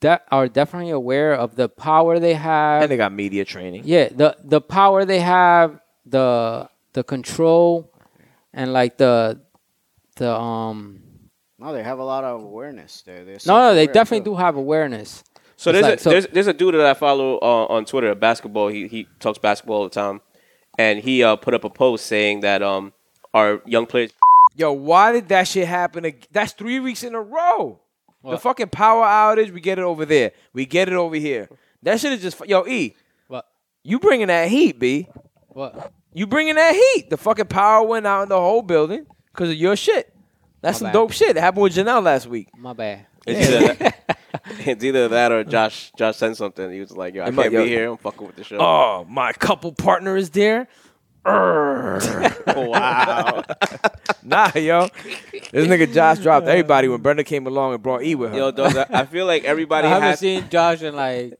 S4: de- are definitely aware of the power they have
S2: And they got media training.
S4: Yeah, the the power they have, the the control, and like the the um.
S5: No, they have a lot of awareness there. They're
S4: No, no, they
S5: self-aware,
S4: definitely
S5: too.
S4: do have awareness.
S3: So
S4: It's
S3: there's,
S4: like-
S3: a,
S4: so-
S3: there's there's a dude that I follow uh, on Twitter, a basketball. He he talks basketball all the time, and he uh, put up a post saying that um our young players.
S2: Yo, why did that shit happen? ag- That's three weeks in a row. The fucking power outage, we get it over there. We get it over here. That shit is just fu- yo E.
S4: What?
S2: You bringing that heat, B?
S4: What?
S2: You bringing that heat? The fucking power went out in the whole building because of your shit. That's some
S4: My bad.
S2: dope shit. It happened with Janelle last week.
S4: My bad.
S3: It's either, that, it's either that or Josh. Josh sent something. He was like, "Yo, I
S2: might-
S3: can't
S2: yo.
S3: be here. I'm fucking with the show."
S2: Oh, my couple partner is there.
S4: Oh,
S3: wow!
S2: Nah, yo, this nigga Josh dropped everybody when Brenda came along and brought E with her.
S3: Yo, dog, I- I feel like everybody
S4: I haven't
S3: has.
S4: seen Josh in like.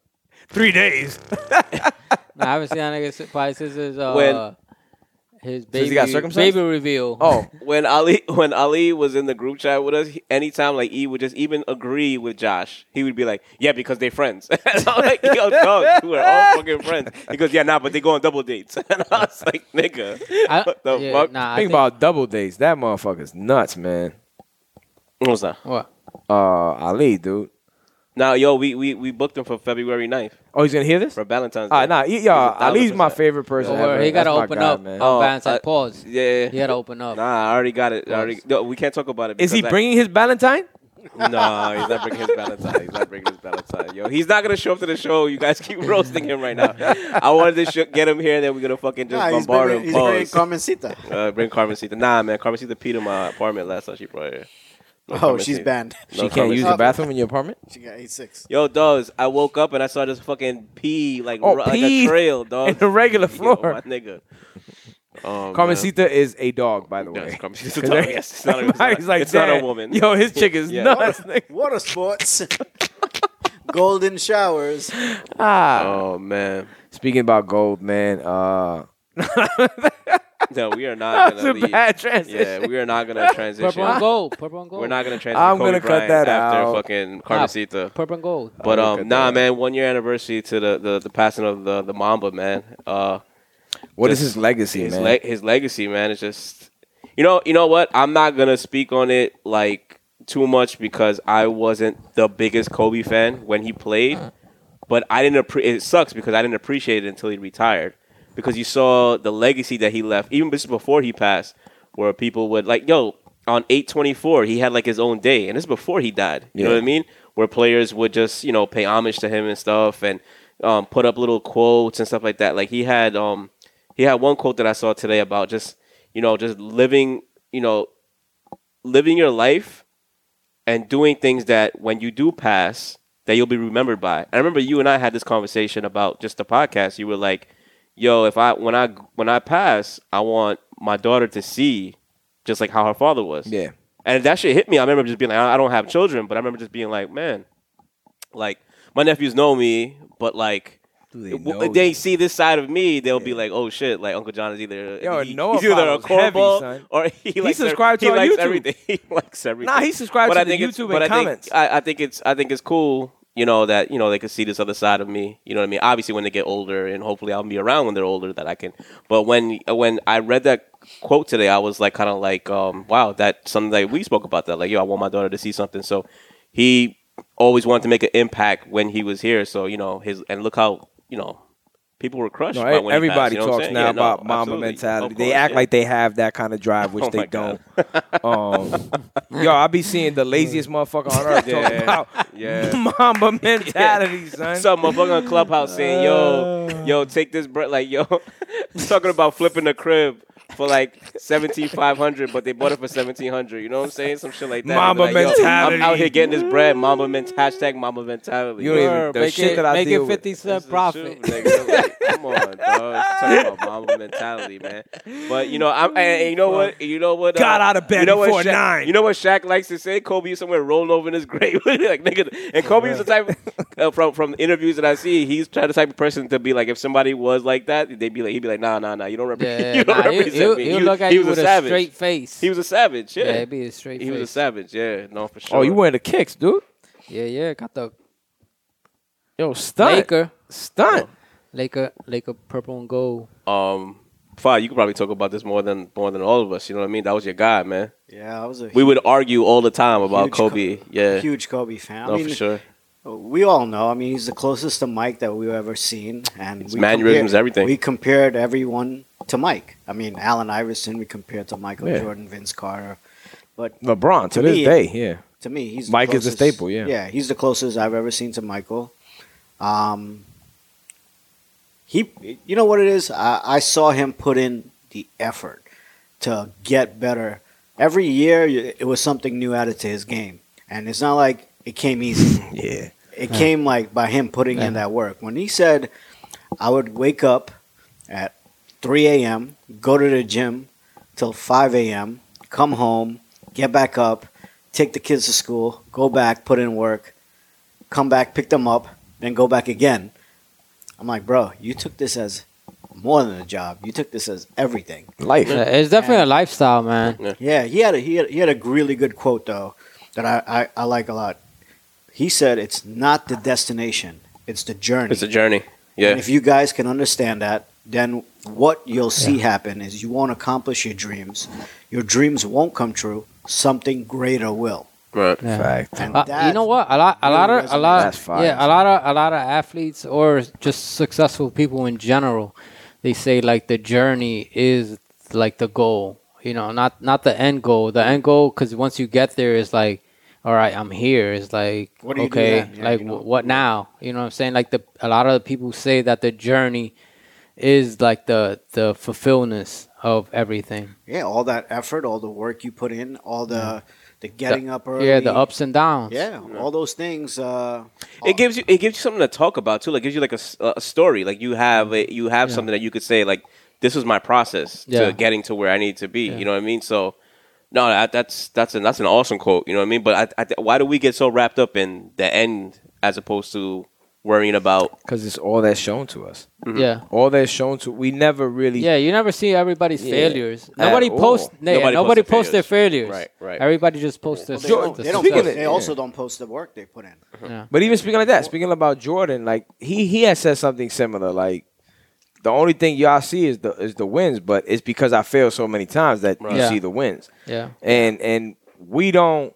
S2: three days.
S4: I haven't seen that nigga si- probably since his uh,
S3: When-
S4: his
S2: Since
S4: baby
S2: he got circumcised?
S4: baby reveal.
S2: Oh,
S3: when Ali when Ali was in the group chat with us, he- anytime like E would just even agree with Josh, he would be like, "Yeah, because they're friends." and I'm like, "Yo, dog, we're all fucking friends." He goes, "Yeah, nah, but they go on double dates." and I was like, "Nigga,
S4: I,
S3: what the
S4: yeah,
S3: fuck?"
S4: Nah, I
S2: think
S4: think
S2: about double dates. That motherfucker's nuts, man.
S3: What's that?
S4: what?
S2: Uh, Ali, dude.
S3: Now, yo, we, we we booked him for February 9th
S2: Oh, he's gonna hear this?
S3: for Valentine's.
S2: Ah,
S3: Day.
S2: nah,
S3: He's
S2: y-
S3: a
S2: yo,
S3: thousand
S2: Ali's my
S3: percent.
S2: favorite person.
S4: Don't worry,
S2: ever.
S4: he gotta
S2: That's my
S4: open
S2: guy,
S4: up.
S2: man.
S4: on
S3: Oh, I-
S4: Valentine's pause.
S3: Yeah,
S4: He gotta open up.
S3: Nah, I already got it. I already, no, we can't talk about it.
S2: Is he
S3: because I-
S2: bringing his Valentine?
S3: no, he's not bringing his Valentine. He's not bringing his Valentine. Yo, he's not gonna show up to the show. You guys keep roasting him right now. I wanted to sh- get him here, then we're gonna fucking just
S5: Nah, he's
S3: bombard
S5: bringing-
S3: him.
S5: he's bringing
S3: Pause.
S5: Carmencita.
S3: uh, bring Carmencita. Nah, man, Carmencita peed in my apartment last time she brought her. No
S5: Oh, she's
S3: Carmencita.
S5: banned.
S3: No
S2: She can't use
S3: Carmencita.
S2: the bathroom in your apartment.
S5: She got eight six.
S3: Yo, dogs, I woke up and I saw this fucking pee like,
S2: Oh,
S3: ru- like
S2: pee
S3: a trail, dog.
S2: in the regular floor.
S3: my nigga. Um,
S2: Carmencita is a dog, by the
S3: Yes,
S2: way.
S3: Carmencita's a dog. Yes, it's not a- it's
S2: Everybody's
S3: not-
S2: like,
S3: it's not a
S2: "Damn,
S3: woman."
S2: Yo, his chick is
S3: Yeah.
S2: nuts. nigga.
S5: Water sports. Golden showers.
S3: Oh man,
S2: Ah, Speaking about gold, man. Uh,
S3: no, we are not
S2: that's
S3: gonna
S2: a
S3: leave.
S2: bad transition.
S3: Yeah, we are not gonna transition.
S4: Purple and gold. Purple and gold.
S3: We're not gonna transition.
S2: I'm
S3: Kobe
S2: gonna cut
S3: Bryant
S2: that
S3: after
S2: out.
S3: fucking Carmencita.
S4: Purple and gold.
S3: But
S2: I'll look
S3: um,
S2: at
S3: nah,
S2: that.
S3: man, one year anniversary to the, the, the passing of the, the Mamba, man. Uh,
S2: What is
S3: Just
S2: his legacy,
S3: his
S2: man?
S3: le- his legacy, man, is just you know you know what I'm not gonna speak on it like too much because I wasn't the biggest Kobe fan when he
S4: Uh.
S3: played, but I didn't appre- it sucks because I didn't appreciate it until he retired because you saw the legacy that he left even just before he passed where people would like yo on 824 he had like his own day and this is before he died you know
S2: Yeah.
S3: what I mean where players would just you know pay homage to him and stuff and um, put up little quotes and stuff like that like he had um he had one quote that I saw today about just you know just living you know living your life and doing things that when you do pass that you'll be remembered by. I remember you and I had this conversation about just the podcast. You were like, "Yo, if I when I when I pass, I want my daughter to see just like how her father was."
S2: yeah,
S3: And that shit hit me. I remember just being like, I I don't have children, but I remember just being like, man, like my nephews know me, but like.
S2: they
S3: w-
S2: know
S3: if they see this side of me, they'll be like, "Oh shit!" Like Uncle John is either
S2: Yo,
S3: he,
S2: Noah
S3: he's either a
S2: follows heavy,
S3: cornball
S2: son.
S3: or he, likes every-
S2: subscribed to
S3: he
S2: our
S3: likes
S2: YouTube.
S3: everything. He likes everything.
S2: Nah, he subscribed to the
S3: it's-
S2: YouTube
S3: but
S2: and
S3: I think-
S2: comments.
S3: I, I think it's I think it's cool, you know, that you know they could see this other side of me. You know what I mean? Obviously, when they get older, and hopefully I'll be around when they're older that I can. But when when I read that quote today, I was like, kind of like, um, wow, that something that we spoke about that. Like, yo, I want my daughter to see something. So he always wanted to make an impact when he was here. So you know his and look how you know. People were crushed.
S2: No, e-
S3: by when he passed,
S2: everybody
S3: you know what I'm
S2: talks
S3: saying?
S2: now
S3: Yeah, no,
S2: about mama
S3: absolutely.
S2: mentality.
S3: Of
S2: they
S3: course,
S2: act
S3: yeah.
S2: like they have that kind of drive, which
S3: Oh my
S2: they
S3: God.
S2: don't. um, yo, I be seeing the laziest motherfucker on earth talking
S3: Yeah.
S2: about
S3: Yeah.
S2: mama mentality, son. Uh.
S3: Some motherfucker on Clubhouse saying, "Yo, yo, take this bread." Like, yo, talking about flipping the crib for like seventeen five hundred, but they bought it for seventeen hundred. You know what I'm saying? Some shit like that.
S2: Mamba
S3: Like, yo,
S2: mentality.
S3: I'm out here getting this bread. Mamba ment. Hashtag Mamba mentality.
S2: You don't even-
S4: Sure,
S2: the
S4: make
S2: shit
S4: it,
S2: that I
S4: make
S2: deal
S4: it
S2: with.
S4: 50
S3: This
S4: cent
S3: is
S4: profit.
S3: true, nigga. Like, come on, dog. Talk about Mamba mentality, man. But you know, I'm. And, and you know what? You know what? uh,
S2: Got out of bed
S3: you know what
S2: before
S3: Shaq-
S2: nine.
S3: You know what Shaq likes to say? Kobe is somewhere rolling over in his grave, like nigga. And Kobe is the type uh, from from interviews that I see. He's trying to type of person to be like, if somebody was like that, they'd be like, he'd be like, nah, nah, nah. You don't represent.
S4: Yeah,
S3: you don't
S4: nah, he'll,
S3: represent
S4: he'll,
S3: me.
S4: he'll
S3: You-
S4: look at
S3: he
S4: you
S3: was
S4: with
S3: a
S4: a
S3: savage.
S4: straight face.
S3: He was a savage. Yeah,
S4: yeah, it'd be a straight
S3: he
S4: face.
S3: was a savage. Yeah, no, for sure.
S2: oh, you wearing the kicks, dude?
S4: Yeah, yeah, got the
S2: Yo, stunt,
S4: Laker,
S2: stunt.
S3: Oh.
S4: Laker, Laker, purple and gold.
S3: Um, fine. You could probably talk about this more than more than all of us. You know what I mean? That was your guy, man.
S5: Yeah, I was a
S3: We would argue all the time about
S5: Huge
S3: Kobe. yeah.
S5: huge Kobe fan.
S3: no,
S5: I mean,
S3: for sure.
S5: We all know. I mean, he's the closest to Mike that we've ever seen, and we
S3: mannerisms, everything.
S5: We compared everyone to Mike. I mean, Allen Iverson. We compared to Michael
S2: Yeah.
S5: Jordan, Vince Carter.
S2: LeBron to
S5: To
S2: this
S5: me,
S2: day, yeah.
S5: To me, he's
S2: Mike
S5: the
S2: is a
S5: closest-
S2: staple, yeah.
S5: yeah, he's the closest I've ever seen to Michael. Um, he, you know what it is? I, I saw him put in the effort to get better. Every year, it was something new added to his game, and it's not like it came easy.
S2: Yeah.
S5: It came like by him putting in that work. When he said, I would wake up at 3 a.m., go to the gym till 5 a.m., come home, get back up, take the kids to school, go back, put in work, come back, pick them up, then go back again. I'm like, bro, you took this as more than a job. You took this as everything.
S2: Life.
S4: Yeah, it's definitely a lifestyle, man.
S5: Yeah, he had a, he had, he had a really good quote though that I, I, I like a lot. He said, "It's not the destination; it's the journey."
S3: It's a journey. Yeah.
S5: And if you guys can understand that, then what you'll see happen is you won't accomplish your dreams. Your dreams won't come true. Something greater will.
S3: Right.
S4: Yeah.
S2: Fact.
S5: And
S4: Uh,
S5: that,
S4: you know what? A lot, a
S5: really
S4: lot of, a
S5: resonates.
S4: lot,
S2: That's fire.
S4: yeah, a lot of, a lot of athletes or just successful people in general, they say like the journey is like the goal. You know, not not the end goal. The end goal, because once you get there, is like, all right, I'm here. It's like,
S5: What do you do
S4: okay,
S5: then? Yeah,
S4: like
S5: you know.
S4: wh- what now? You know what I'm saying? Like the a lot of the people say that the journey is like the the fulfillment of everything.
S5: Yeah, all that effort, all the work you put in, all the the getting up early.
S4: Yeah, the ups and downs.
S5: Yeah, all those things. Uh,
S3: It gives you it gives you something to talk about too. Like gives you like a, s- a story. Like you have a, you have something that you could say like this was my process
S4: Yeah.
S3: to getting to where I need to be. You know what I mean? So no, that, that's that's an that's an awesome quote. You know what I mean? But I, I, why do we get so wrapped up in the end as opposed to worrying about?
S2: because it's all that's shown to us.
S5: Mm-hmm.
S4: Yeah.
S2: All that's shown to we never really.
S4: Yeah, you never see everybody's failures. Nobody
S2: all.
S4: posts. yeah,
S3: Nobody
S4: Nobody,
S3: posts their
S4: posts their failures.
S3: Right, right.
S4: Everybody just posts their.
S5: they don't,
S4: the
S5: they, don't
S2: Speaking
S5: post,
S2: of-
S5: they also don't post the work they put in.
S2: But even speaking like that, speaking about Jordan, like he he has said something similar. Like the only thing y'all see is the is the wins, but it's because I failed so many times that you
S4: Yeah.
S2: see the wins.
S4: Yeah.
S2: and and we don't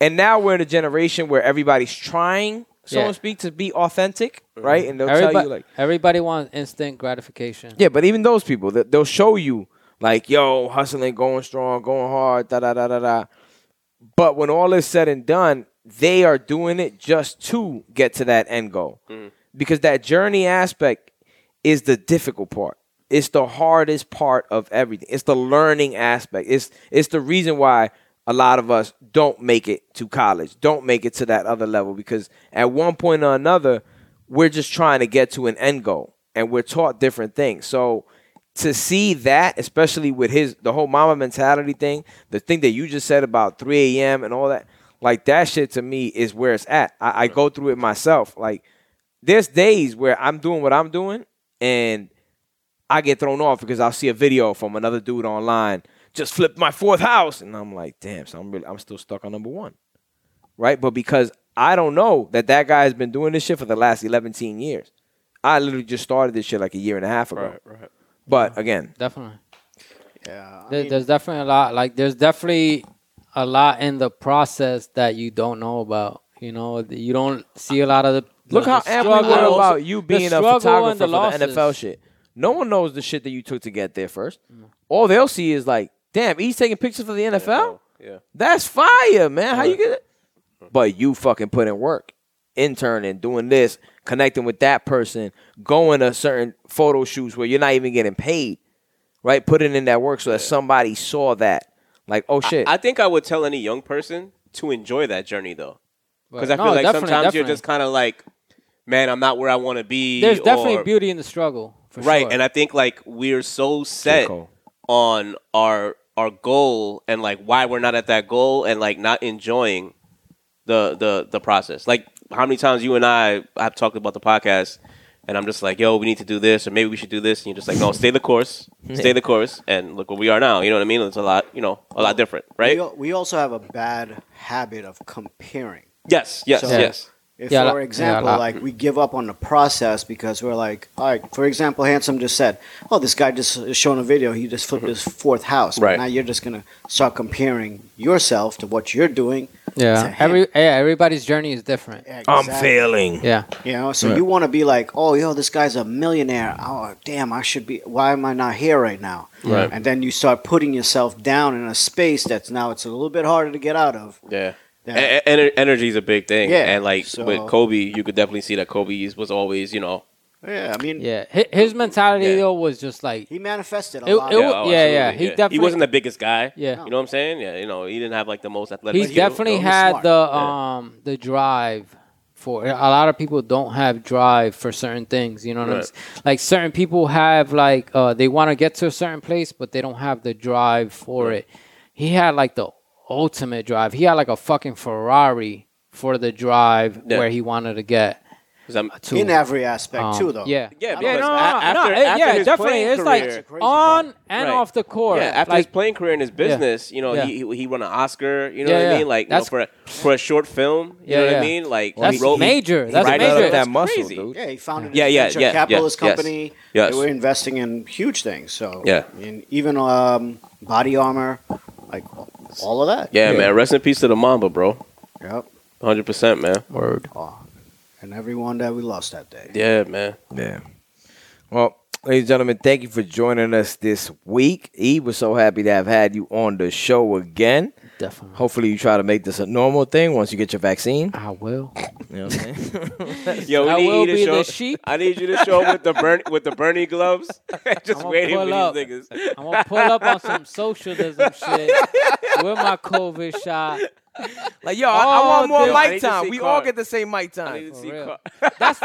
S2: and now we're in a generation where everybody's trying so
S4: Yeah. Mm-hmm.
S2: to speak to be authentic right and they'll tell
S4: Everybody,
S2: you like
S4: everybody wants instant gratification.
S2: yeah but even those people that they'll show you like yo hustling going strong going hard da da da da da but when all is said and done they are doing it just to get to that end goal because that journey aspect is the difficult part it's the hardest part of everything it's the learning aspect it's it's the reason why a lot of us don't make it to college don't make it to that other level because at one point or another we're just trying to get to an end goal and we're taught different things so to see that, especially with his the whole mama mentality thing, the thing that you just said about 3 a.m. and all that, like that shit to me is where it's at. I, I go through it myself. Like there's days where I'm doing what I'm doing and I get thrown off because I'll see a video from another dude online just flipped my fourth house and I'm like, damn, so I'm really, I'm still stuck on number one, right? But because I don't know that that guy has been doing this shit for the last 11 years. I literally just started this shit like a year and a half ago.
S3: right.
S2: But again,
S4: Definitely.
S5: Yeah, I
S4: There,
S5: mean,
S4: there's definitely a lot. Like there's definitely a lot in the process that you don't know about. You know, that you don't see a lot of the
S2: Look
S4: the
S2: how amped we
S4: struggle-
S2: were about you
S4: the
S2: being a
S4: struggle and
S2: photographer
S4: the
S2: for the
S4: losses.
S2: NFL shit. No one knows the shit that you took to get there first. All they'll see is like, damn, he's taking pictures for the NFL.
S3: Yeah.
S2: That's fire, man. How you get it? But you fucking put in work, interning, doing this, connecting with that person, going to certain photo shoots where you're not even getting paid, right? Putting in that work so that somebody saw that, like, oh shit,
S3: I think I would tell any young person to enjoy that journey though,
S4: But-
S3: because I feel
S4: no,
S3: like
S4: definitely,
S3: sometimes you're
S4: definitely.
S3: just kind of like, man, I'm not where I want to be.
S4: There's definitely
S3: or-
S4: beauty in the struggle. For
S3: right
S4: sure.
S3: and i think like we're so set
S2: Cool.
S3: on our our goal and like why we're not at that goal and like not enjoying the the the process like how many times you and i have talked about the podcast and i'm just like yo we need to do this or maybe we should do this and you're just like no stay the course stay the course and look where we are now you know what i mean it's a lot you know a lot different right
S5: we, al- we also have a bad habit of comparing.
S3: yes yes
S5: So-
S3: yes
S5: If,
S4: Yeah,
S5: for
S4: li-
S5: example,
S4: yeah, li-
S5: like we give up on the process because we're like, all right, for example, Handsome just said, oh, this guy just is showing a video, he just flipped his fourth house. But
S3: Mm-hmm. Right.
S5: Now you're just going to start comparing yourself to what you're doing. to
S4: Yeah.
S5: him.
S4: Every yeah, everybody's journey is different.
S2: I'm
S5: Exactly.
S2: failing.
S4: Yeah.
S5: You know, so you want to be like, oh, yo, this guy's a millionaire. Oh, damn, I should be. Why am I not here right now?
S3: Right.
S5: And then you start putting yourself down in a space that's now it's a little bit harder to get out of.
S3: yeah
S5: than-
S3: E- ener- energy is a big thing,
S5: Yeah,
S3: and like
S5: so-
S3: with Kobe, you could definitely see that Kobe was always, you know,
S5: yeah, I mean,
S4: Yeah. Hi- His mentality
S3: Yeah.
S4: though was just like
S5: he manifested a
S4: It-
S5: lot.
S4: it
S5: of-
S4: wa-
S3: oh,
S4: yeah, yeah.
S3: absolutely,
S4: He definitely-
S3: wasn't the biggest guy.
S4: Yeah.
S3: you know what I'm saying? Yeah, you know, he didn't have like the most athletic.
S4: He's
S3: you know,
S4: definitely
S3: so-
S4: had
S5: smart.
S4: the um the drive for a lot of people don't have drive for certain things. You know what I'm
S3: Right.
S4: saying? Like certain people have like uh they want to get to a certain place, but they don't have the drive for it. He had like the ultimate drive. He had like a fucking Ferrari for the drive
S3: Yeah.
S4: where he wanted to get
S3: 'Cause I'm-
S4: to.
S5: in every aspect
S4: Um,
S5: too, though.
S4: Yeah,
S3: Yeah,
S4: yeah,
S3: because
S4: no, no,
S3: a-
S4: no,
S3: after-
S4: no, it-
S3: after
S4: yeah,
S3: his
S4: definitely.
S3: playing
S4: It's
S3: career- That's a
S4: like
S5: crazy
S4: on and
S3: Right.
S4: off the court.
S3: Yeah, after
S4: like,
S3: his playing career in his business, you know,
S4: Yeah.
S3: he, he he won an Oscar. You know
S4: Yeah,
S3: what I
S4: yeah.
S3: mean? Like you know,
S4: That's-
S3: for a, for a short film. You
S4: Yeah,
S3: know what I
S4: yeah.
S3: mean? Like
S4: That's
S3: he wrote-
S4: major. That's
S3: right
S4: major.
S3: out of
S4: That's
S3: that muscle,
S2: crazy.
S3: dude.
S5: Yeah, he founded
S3: Yeah,
S5: a
S3: yeah,
S5: venture
S3: yeah,
S5: capitalist
S3: yes, yes.
S5: company.
S3: Yes.
S5: They were investing in huge things. So
S3: Yeah.
S5: I mean, even um, body armor, like all of that.
S3: Yeah, man. Rest in peace to the Mamba, bro.
S5: Yep.
S3: 100 percent, man.
S4: word.
S5: Oh, and everyone that we lost that day.
S3: Yeah, man.
S2: Yeah. Well, ladies and gentlemen, thank you for joining us this week. E was so happy to have had you on the show again.
S4: Definitely.
S2: Hopefully, you try to make this a normal thing once you get your vaccine.
S4: I will.
S2: You know what I'm saying?
S3: Yo, we
S4: I
S3: need
S4: will
S3: you to
S4: be
S3: show,
S4: the sheep.
S3: I need you to show up with the Bernie with the Bernie gloves. Just
S4: I'ma
S3: waiting for
S4: pull up.
S3: these niggas.
S4: I'm gonna pull up on some socialism shit with my COVID shot.
S2: like, yo, I, I
S4: Oh,
S2: want more
S4: dude.
S3: I
S2: mic
S3: need to
S2: time.
S3: see
S2: We all
S3: Carl.
S2: get the same mic
S3: I
S2: time.
S3: need to see
S4: real.
S3: Carl.
S4: That's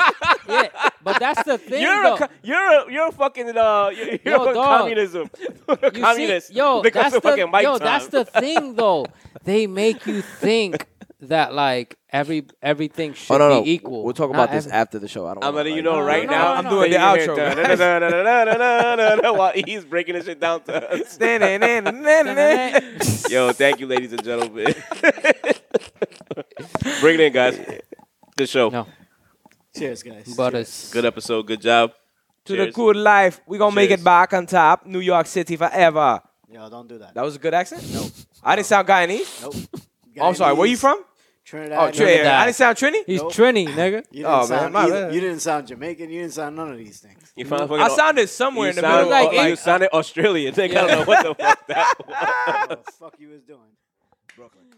S4: yeah, but that's the thing.
S3: You're
S4: though.
S3: a, co- you're a, you're a fucking uh, you're, you're
S4: Yo,
S3: a
S4: dog.
S3: communism,
S4: You see-
S3: communist.
S4: yo,
S3: because
S4: that's
S3: of
S4: the
S3: fucking mic
S4: yo,
S3: time.
S4: that's the thing though. They make you think that like every everything should
S2: Oh no, no.
S4: be equal.
S2: We'll talk
S4: Not
S2: about this
S4: every-
S2: after the show. I don't.
S3: I'm
S2: wanna,
S3: letting you
S2: like-
S3: know right
S4: no,
S3: now.
S4: no,
S3: I'm
S4: no.
S3: doing the
S2: I'm doing the
S3: outro while he's breaking this shit down to us. Yo, thank you, ladies and gentlemen. Bring it in, guys. Good show.
S4: No.
S5: Cheers, guys.
S4: but it's
S3: Good episode. Good job.
S2: to the
S3: Cheers.
S2: good life. We gonna make
S3: Cheers.
S2: it back on top. New York City forever.
S5: Yo, don't do that.
S2: That was a good accent. No, I didn't sound Guyanese.
S5: Nope.
S2: Oh, I'm sorry. Where you from?
S5: Trinidad.
S2: Oh, Trinidad.
S4: Trinidad.
S2: I didn't sound Trini.
S4: He's
S5: Nope.
S4: Trini, nigga.
S5: You didn't,
S2: Oh, man,
S5: sound,
S2: my
S5: you-
S2: bad.
S5: you didn't sound Jamaican. You didn't sound none of these things.
S3: You found fucking
S2: I
S3: au-
S2: sounded somewhere
S3: you
S2: in the
S3: sounded,
S2: middle.
S4: like
S3: like, you
S4: it-
S3: sounded Australian. Nigga, I don't know what the fuck that was.
S5: what the fuck you was doing?
S2: Brooklyn.